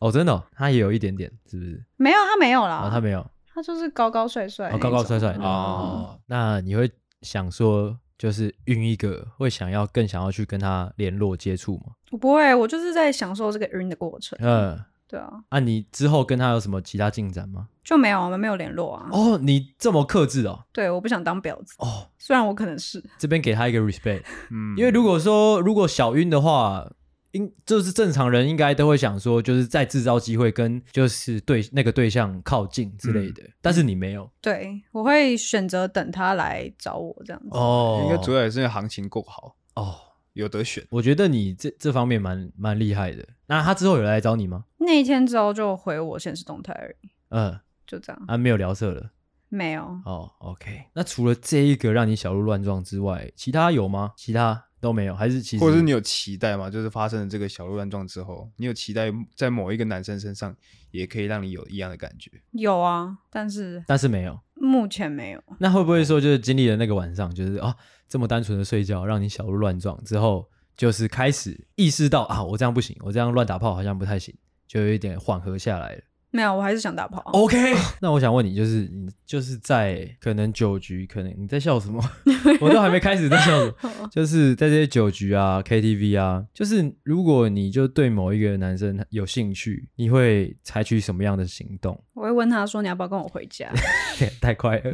[SPEAKER 1] 哦，真的哦、他也有一点点，是不是？
[SPEAKER 3] 没有他没有啦
[SPEAKER 1] 哦，，他没有，
[SPEAKER 3] 他就是高高帅帅那
[SPEAKER 1] 哦，
[SPEAKER 3] 种，嗯
[SPEAKER 1] 高高帅帅的
[SPEAKER 2] 哦。
[SPEAKER 1] 那你会想说，就是晕一个，会想要更想要去跟他联络接触吗？
[SPEAKER 3] 我不会，我就是在享受这个晕的过程。
[SPEAKER 1] 嗯，
[SPEAKER 3] 对啊，
[SPEAKER 1] 啊，你之后跟他有什么其他进展吗？
[SPEAKER 3] 就没有我们没有联络啊。
[SPEAKER 1] 哦，你这么克制哦，
[SPEAKER 3] 对，我不想当婊子，
[SPEAKER 1] 哦，
[SPEAKER 3] 虽然我可能是。
[SPEAKER 1] 这边给他一个 respect。
[SPEAKER 2] 嗯，
[SPEAKER 1] 因为如果说如果小晕的话，应就是正常人应该都会想说，就是再制造机会跟就是对那个对象靠近之类的，但是你没有
[SPEAKER 3] 对，我会选择等他来找我这样子。
[SPEAKER 1] 哦
[SPEAKER 2] 应该主要也是因为行情够好，
[SPEAKER 1] 哦，
[SPEAKER 2] 有得选。
[SPEAKER 1] 我觉得你这这方面蛮蛮厉害的。那他之后有来找你吗？
[SPEAKER 3] 那一天之后就回我现实动态而已，
[SPEAKER 1] 嗯，
[SPEAKER 3] 就这样，
[SPEAKER 1] 啊，没有聊色了。
[SPEAKER 3] 没有。
[SPEAKER 1] 哦，OK。那除了这一个让你小鹿乱撞之外，其他有吗？其他都没有，还是其实
[SPEAKER 2] 或者是你有期待吗？就是发生了这个小鹿乱撞之后，你有期待在某一个男生身上也可以让你有一样的感觉？
[SPEAKER 3] 有啊，但是
[SPEAKER 1] 但是没有。
[SPEAKER 3] 目前没有。
[SPEAKER 1] 那会不会说，就是经历了那个晚上，就是啊，这么单纯的睡觉，让你小鹿乱撞之后，就是开始意识到啊，我这样不行，我这样乱打炮好像不太行，就有一点缓和下来了。
[SPEAKER 3] 没有，我还是想打炮。
[SPEAKER 1] OK，那我想问你，就是你就是在可能酒局，可能你在笑什么？ 我都还没开始在笑什么。就是在这些酒局啊、KTV 啊，就是如果你就对某一个男生有兴趣，你会采取什么样的行动？
[SPEAKER 3] 我会问他说你要不要跟我回家？
[SPEAKER 1] 太快了，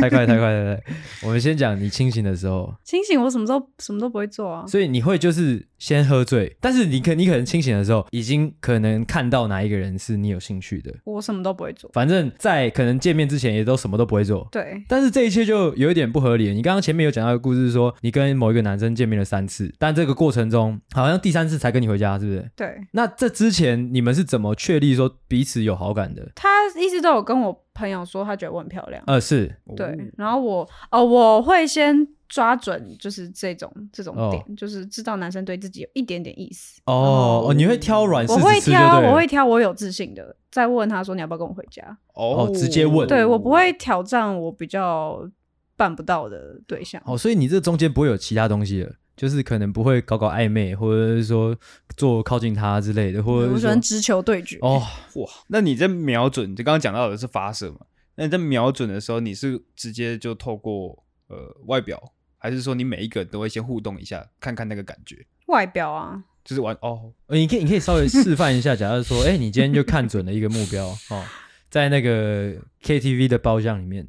[SPEAKER 1] 太快了太快了！太快了我们先讲你清醒的时候，
[SPEAKER 3] 清醒我什么时候什么都不会做啊。
[SPEAKER 1] 所以你会就是先喝醉，但是你可你可能清醒的时候，已经可能看到哪一个人是你有兴趣的，
[SPEAKER 3] 我什么都不会做。
[SPEAKER 1] 反正在可能见面之前也都什么都不会做。
[SPEAKER 3] 对，
[SPEAKER 1] 但是这一切就有一点不合理了。你刚刚前面有讲到一个故事说你跟某一个男生见面了三次，但这个过程中好像第三次才跟你回家，是不是？
[SPEAKER 3] 对
[SPEAKER 1] 那这之前你们是怎么确立说彼此有好感的？
[SPEAKER 3] 他一直都有跟我朋友说，他觉得我很漂亮。
[SPEAKER 1] 呃，是
[SPEAKER 3] 对，然后我哦，我会先抓准就是这种这种
[SPEAKER 1] 哦
[SPEAKER 3] 点，就是知道男生对自己有一点点意思。
[SPEAKER 1] 哦哦，你会挑软柿
[SPEAKER 3] 我
[SPEAKER 1] 子
[SPEAKER 3] 会
[SPEAKER 1] 吃就对
[SPEAKER 3] 挑，
[SPEAKER 1] 了，
[SPEAKER 3] 我会挑我有自信的，再问他说你要不要跟我回家？
[SPEAKER 2] 哦
[SPEAKER 1] 哦直接问
[SPEAKER 3] 对我不会挑战我比较办不到的对象。
[SPEAKER 1] 哦，所以你这中间不会有其他东西了，就是可能不会搞搞暧昧，或者是说做靠近他之类的，或者
[SPEAKER 3] 我
[SPEAKER 1] 是
[SPEAKER 3] 喜
[SPEAKER 1] 说
[SPEAKER 3] 欢直球对决。
[SPEAKER 1] 哦，
[SPEAKER 2] 哇，那你在瞄准，就刚刚讲到的是发射嘛？那你在瞄准的时候，你是直接就透过呃外表，还是说你每一个人都会先互动一下，看看那个感觉？
[SPEAKER 3] 外表啊，
[SPEAKER 2] 就是玩哦，
[SPEAKER 1] 呃你可以你可以稍微示范一下，假如说，哎、你今天就看准了一个目标哦，在那个 KTV 的包厢里面，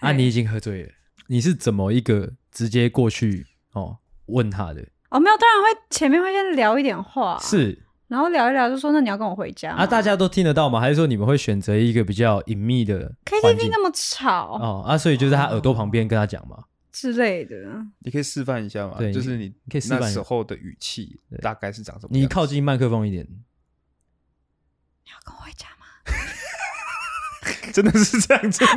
[SPEAKER 1] 啊，
[SPEAKER 3] 嘿
[SPEAKER 1] 你已经喝醉了，你是怎么一个直接过去哦问他的？
[SPEAKER 3] 哦没有，当然会前面会先聊一点话，，啊
[SPEAKER 1] 是
[SPEAKER 3] 然后聊一聊就说那你要跟我回家吗
[SPEAKER 1] 啊，大家都听得到吗？还是说你们会选择一个比较隐秘的环
[SPEAKER 3] KTV
[SPEAKER 1] 境
[SPEAKER 3] 那么吵、
[SPEAKER 1] 哦啊，所以就是他耳朵旁边跟他讲嘛，
[SPEAKER 3] 之类的，
[SPEAKER 2] 你可以示范一下嘛？
[SPEAKER 1] 对
[SPEAKER 2] 就是你
[SPEAKER 1] 可以示范一下
[SPEAKER 2] 那时候的语气大概是长什么样子？
[SPEAKER 1] 你靠近麦克风一点，
[SPEAKER 3] 你要跟我回家吗？
[SPEAKER 2] 真的是这样子吗？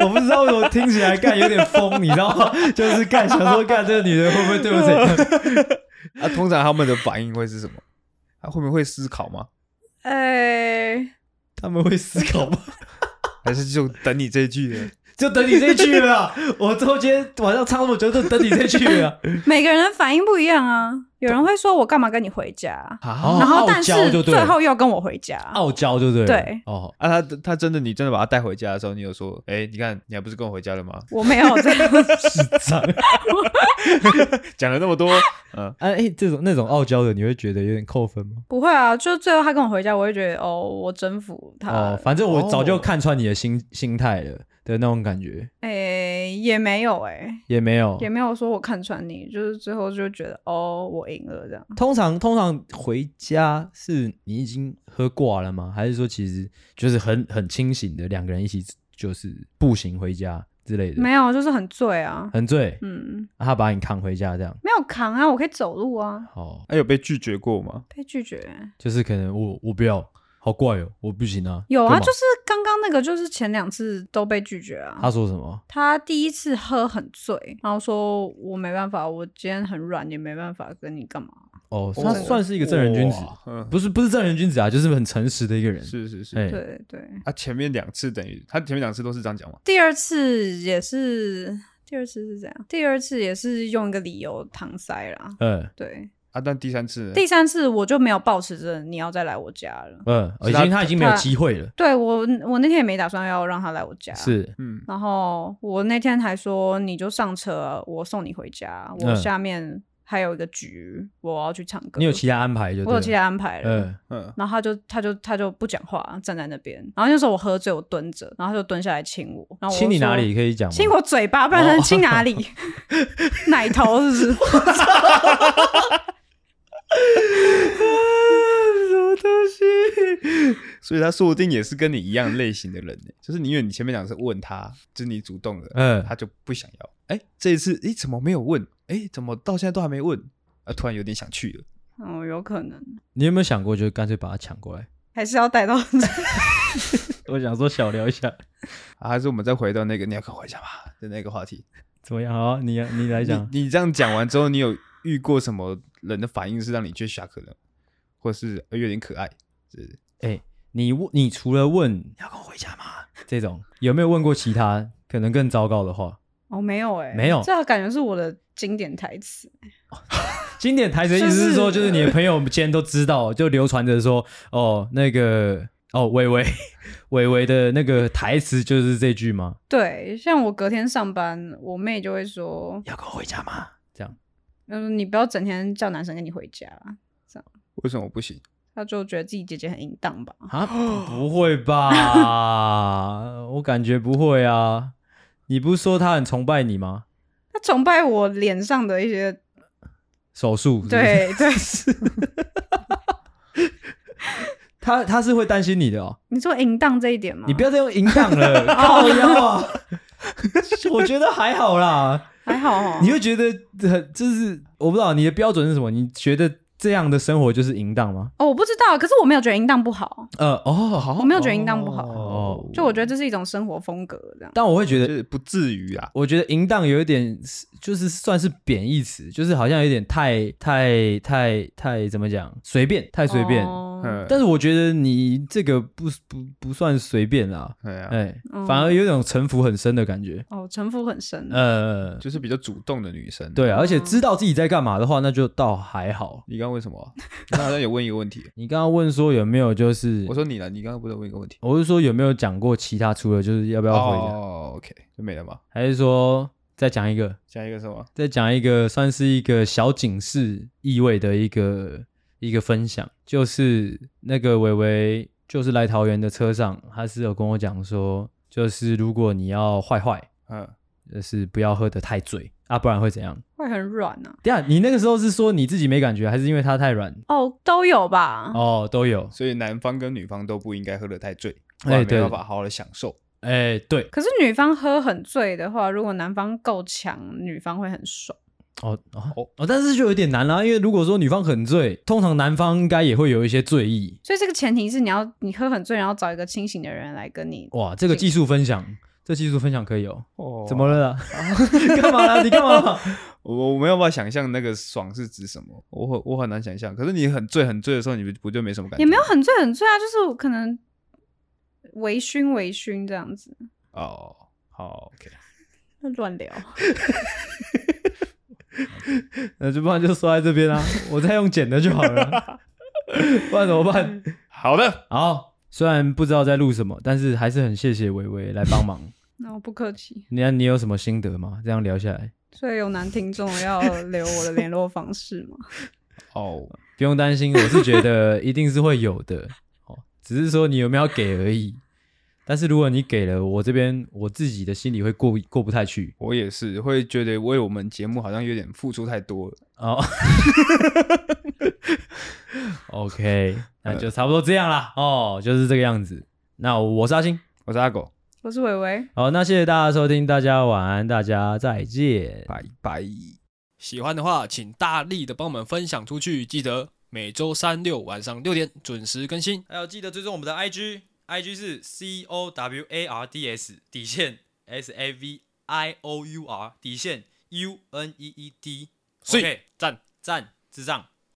[SPEAKER 1] 我不知道为什么听起来干有点疯，你知道吗？就是干想说干这个女人会不会对我怎样？
[SPEAKER 2] 啊，通常他们的反应会是什么？他后面会思考吗？
[SPEAKER 3] 哎、
[SPEAKER 1] 他们会思考吗？
[SPEAKER 2] 还是就等你这句了？
[SPEAKER 1] 就等你这句了啊， 我之后今天晚上唱那么久，就等你这句了啊。
[SPEAKER 3] 每个人的反应不一样啊，有人会说我干嘛跟你回家，
[SPEAKER 1] 啊
[SPEAKER 3] 然后
[SPEAKER 1] 傲
[SPEAKER 3] 但
[SPEAKER 1] 娇
[SPEAKER 3] 是
[SPEAKER 1] 就对
[SPEAKER 3] 最
[SPEAKER 1] 了，
[SPEAKER 3] 后又跟我回家，
[SPEAKER 1] 傲娇就对了。
[SPEAKER 3] 对
[SPEAKER 1] 哦，
[SPEAKER 2] 啊，他他真的你真的把他带回家的时候，你有说，哎、你看你还不是跟我回家了吗？
[SPEAKER 3] 我没有这样，
[SPEAKER 1] 脏
[SPEAKER 2] 讲了那么多，嗯，
[SPEAKER 1] 啊！ 哎，这种那种傲娇的，你会觉得有点扣分吗？
[SPEAKER 3] 不会啊，就最后他跟我回家，我会觉得哦，我征服他了，
[SPEAKER 1] 哦，反正我早就看穿你的心心态了的那种感觉，
[SPEAKER 3] 哎、也没有哎、
[SPEAKER 1] 也没有
[SPEAKER 3] 也。没有说我看穿你，就是最后就觉得哦，我赢了这样。
[SPEAKER 1] 通常通常回家是你已经喝挂了吗？还是说其实就是很很清醒的两个人一起就是步行回家之类的？
[SPEAKER 3] 没有，就是很醉啊，
[SPEAKER 1] 很醉，
[SPEAKER 3] 嗯，
[SPEAKER 1] 啊他把你扛回家这样。
[SPEAKER 3] 没有扛啊，我可以走路啊，
[SPEAKER 1] 哦，
[SPEAKER 2] 他、有被拒绝过吗？
[SPEAKER 3] 被拒绝。
[SPEAKER 1] 就是可能我我不要，好怪哦，我不行啊。
[SPEAKER 3] 有
[SPEAKER 1] 干
[SPEAKER 3] 啊，
[SPEAKER 1] 嘛
[SPEAKER 3] 就是刚刚那个，就是前两次都被拒绝啊。
[SPEAKER 1] 他说什么？
[SPEAKER 3] 他第一次喝很醉，然后说我没办法，我今天很软，也没办法跟你干嘛。
[SPEAKER 1] 哦，
[SPEAKER 2] 哦
[SPEAKER 1] 他算是一个正人君子，
[SPEAKER 2] 哇嗯，
[SPEAKER 1] 不是不是正人君子啊，就是很诚实的一个人。
[SPEAKER 2] 是是是。
[SPEAKER 1] 哎
[SPEAKER 3] 对对，
[SPEAKER 2] 他、前面两次等于他前面两次都是这样讲嘛？
[SPEAKER 3] 第二次也是，第二次是怎样？第二次也是用一个理由搪塞啦。
[SPEAKER 1] 嗯
[SPEAKER 3] 对，
[SPEAKER 2] 啊，但第三次呢？
[SPEAKER 3] 第三次我就没有抱持着你要再来我家了。
[SPEAKER 1] 嗯，已
[SPEAKER 2] 是他
[SPEAKER 1] 经他已经没有
[SPEAKER 3] 他
[SPEAKER 1] 机会了。
[SPEAKER 3] 对啊我，我那天也没打算要让他来我家。
[SPEAKER 1] 是
[SPEAKER 2] 嗯，
[SPEAKER 3] 然后我那天还说，你就上车，我送你回家。我
[SPEAKER 1] 嗯
[SPEAKER 3] 下面还有一个局，我要去唱歌。
[SPEAKER 1] 你有其他安排就
[SPEAKER 3] 我有其
[SPEAKER 1] 他
[SPEAKER 3] 他安排了。
[SPEAKER 1] 嗯
[SPEAKER 2] 嗯，
[SPEAKER 3] 然后他就他就他就不讲话，站在那边。然后那时候我喝醉，我蹲着，然后他就蹲下来亲我。然后我就
[SPEAKER 1] 亲你
[SPEAKER 3] 说
[SPEAKER 1] 哪里？可以讲吗？哦
[SPEAKER 3] 亲我嘴巴，不然能亲哪里？ 奶头是不是？
[SPEAKER 2] 什么东西？所以他说不定也是跟你一样类型的人呢、就是你因为你前面两次问他，就是你 主动的，
[SPEAKER 1] 嗯
[SPEAKER 2] 他就不想要。哎、这一次，哎、怎么没有问？哎、怎么到现在都还没问？啊，突然有点想去了。
[SPEAKER 3] 嗯，有可能
[SPEAKER 1] 你有没有想过，就是干脆把他抢过来？
[SPEAKER 3] 还是要带到
[SPEAKER 1] 我想说小聊一下，
[SPEAKER 2] 啊，还是我们再回到那个你要跟我回家吧的那个话题。
[SPEAKER 1] 怎么样？好，你你来讲。
[SPEAKER 2] 你你这样讲完之后，你有遇过什么人的反应是让你觉得下课的，或是呃有点可爱？是
[SPEAKER 1] 哎、你问，你除了问你要跟我回家吗这种，有没有问过其他可能更糟糕的话？
[SPEAKER 3] 哦，没有哎、
[SPEAKER 1] 没有
[SPEAKER 3] 这感觉是我的经典台词。
[SPEAKER 1] 经典台词的意思是说，
[SPEAKER 3] 就
[SPEAKER 1] 就是是你的朋友间都知道， 就流传着说，哦，那个哦，伟伟 伟伟的那个台词就是这句吗？
[SPEAKER 3] 对，像我隔天上班，我妹就会说
[SPEAKER 1] 要跟我回家吗？这样，：“
[SPEAKER 3] 嗯，你不要整天叫男生跟你回家。
[SPEAKER 2] 为什么不行？
[SPEAKER 3] 他就觉得自己姐姐很淫荡吧？
[SPEAKER 1] 啊，不会吧？ 我感觉不会啊。你不是说他很崇拜你吗？
[SPEAKER 3] 他崇拜我脸上的一些，
[SPEAKER 1] 手术是不是
[SPEAKER 3] 对对，
[SPEAKER 1] 他他是会担心你的哦。
[SPEAKER 3] 你说淫荡这一点吗？
[SPEAKER 1] 你不要再用淫荡 了，靠腰啊！ 我觉得还好啦，
[SPEAKER 3] 还好哦，
[SPEAKER 1] 你会觉得很就是我不知道你的标准是什么？你觉得这样的生活就是淫荡吗？
[SPEAKER 3] 哦，我不知道，可是我没有觉得淫荡不好，
[SPEAKER 1] 呃，哦，好，
[SPEAKER 3] 我没有觉得淫荡不好
[SPEAKER 1] 哦
[SPEAKER 3] 就我觉得这是一种生活风格这样。
[SPEAKER 1] 但我会觉
[SPEAKER 2] 就
[SPEAKER 1] 得，
[SPEAKER 2] 是不至于啊。
[SPEAKER 1] 我觉得淫荡有一点是就是算是贬义词，就是好像有点太太太太怎么讲，随便太随便。
[SPEAKER 3] 哦
[SPEAKER 2] 嗯，
[SPEAKER 1] 但是我觉得你这个不不不算随便啦，
[SPEAKER 2] 对啊，
[SPEAKER 1] 哎、
[SPEAKER 3] 嗯
[SPEAKER 1] 反而有一种城府很深的感觉。
[SPEAKER 3] 哦，城府很深。
[SPEAKER 1] 呃，
[SPEAKER 2] 就是比较主动的女生。，
[SPEAKER 1] 对啊，而且
[SPEAKER 3] 嗯
[SPEAKER 1] 知道自己在干嘛的话，那就倒还好。
[SPEAKER 2] 你刚刚问什么啊？他好像有问一个 问题，
[SPEAKER 1] 你刚刚问说有没有就是，
[SPEAKER 2] 我说你了，你刚刚不是问一个问题？
[SPEAKER 1] 我是说有没有讲过其他除了就是要不要回家，
[SPEAKER 2] 哦，OK，就没了吗？
[SPEAKER 1] 还是说再讲一个，
[SPEAKER 2] 下一个是什么？
[SPEAKER 1] 再讲一个算是一个小警示意味的一个一个分享，就是那个伟伟就是来桃园的车上，他是有跟我讲说，就是如果你要坏坏，
[SPEAKER 2] 嗯，
[SPEAKER 1] 就是不要喝得太醉啊，不然会怎样？
[SPEAKER 3] 会很软啊呐、
[SPEAKER 1] 等一下你那个时候是说你自己没感觉，还是因为他太软？
[SPEAKER 3] 哦，都有吧。
[SPEAKER 1] 哦，都有。
[SPEAKER 2] 所以男方跟女方都不应该喝得太醉，不
[SPEAKER 1] 哎
[SPEAKER 2] 然没
[SPEAKER 1] 对
[SPEAKER 2] 办法好好的享受。
[SPEAKER 1] 哎、对，
[SPEAKER 3] 可是女方喝很醉的话，如果男方够强，女方会很爽。
[SPEAKER 1] 哦哦
[SPEAKER 2] 哦
[SPEAKER 1] 哦，但是就有点难啦、因为如果说女方很醉，通常男方应该也会有一些醉意。
[SPEAKER 3] 所以这个前提是你要你喝很醉，然后找一个清醒的人来跟你。
[SPEAKER 1] 哇，这个技术分享，这技术分享可以哦。
[SPEAKER 2] 哦
[SPEAKER 1] 怎么？了啦？ 干嘛啦？你干嘛？
[SPEAKER 2] 我我没有办法想象那个爽是指什么，我很我很难想象。可是你很醉很醉的时候，你不不就没什么感觉？
[SPEAKER 3] 也没有很醉很醉啊，就是我可能微醺微醺这样子
[SPEAKER 2] 哦，好，OK，
[SPEAKER 3] 乱聊。
[SPEAKER 1] 那就不然就说在这边啊，我再用剪的就好了，不然怎么办？
[SPEAKER 2] 好的，
[SPEAKER 1] 好，虽然不知道在录什么，但是还是很谢谢伟伟来帮忙。
[SPEAKER 3] 那我不客气，
[SPEAKER 1] 你看你有什么心得吗？这样聊下来，
[SPEAKER 3] 所以有男听众要留我的联络方式吗？
[SPEAKER 2] 哦，
[SPEAKER 1] 不用担心，我是觉得一定是会有的 哦，只是说你有没有给而已。但是如果你给了我这边，我自己的心里会过过不太去
[SPEAKER 2] 我也是会觉得为我们节目好像有点付出太多了。
[SPEAKER 1] 哦。OK，那就差不多这样啦。哦，就是这个样子。那我是阿星，
[SPEAKER 2] 我是阿狗，
[SPEAKER 3] 我是伟伟，
[SPEAKER 1] 好，那谢谢大家收听，大家晚安，大家再见。
[SPEAKER 2] 拜拜。
[SPEAKER 4] 喜欢的话，请大力的帮我们分享出去。记得每周三六晚上六点准时更新。
[SPEAKER 5] 还有记得追踪我们的 IG，IG 是 C O W A R D S 底线 S A V I O U R 底线 U N E E D，
[SPEAKER 4] 所以
[SPEAKER 5] OK，赞赞智障。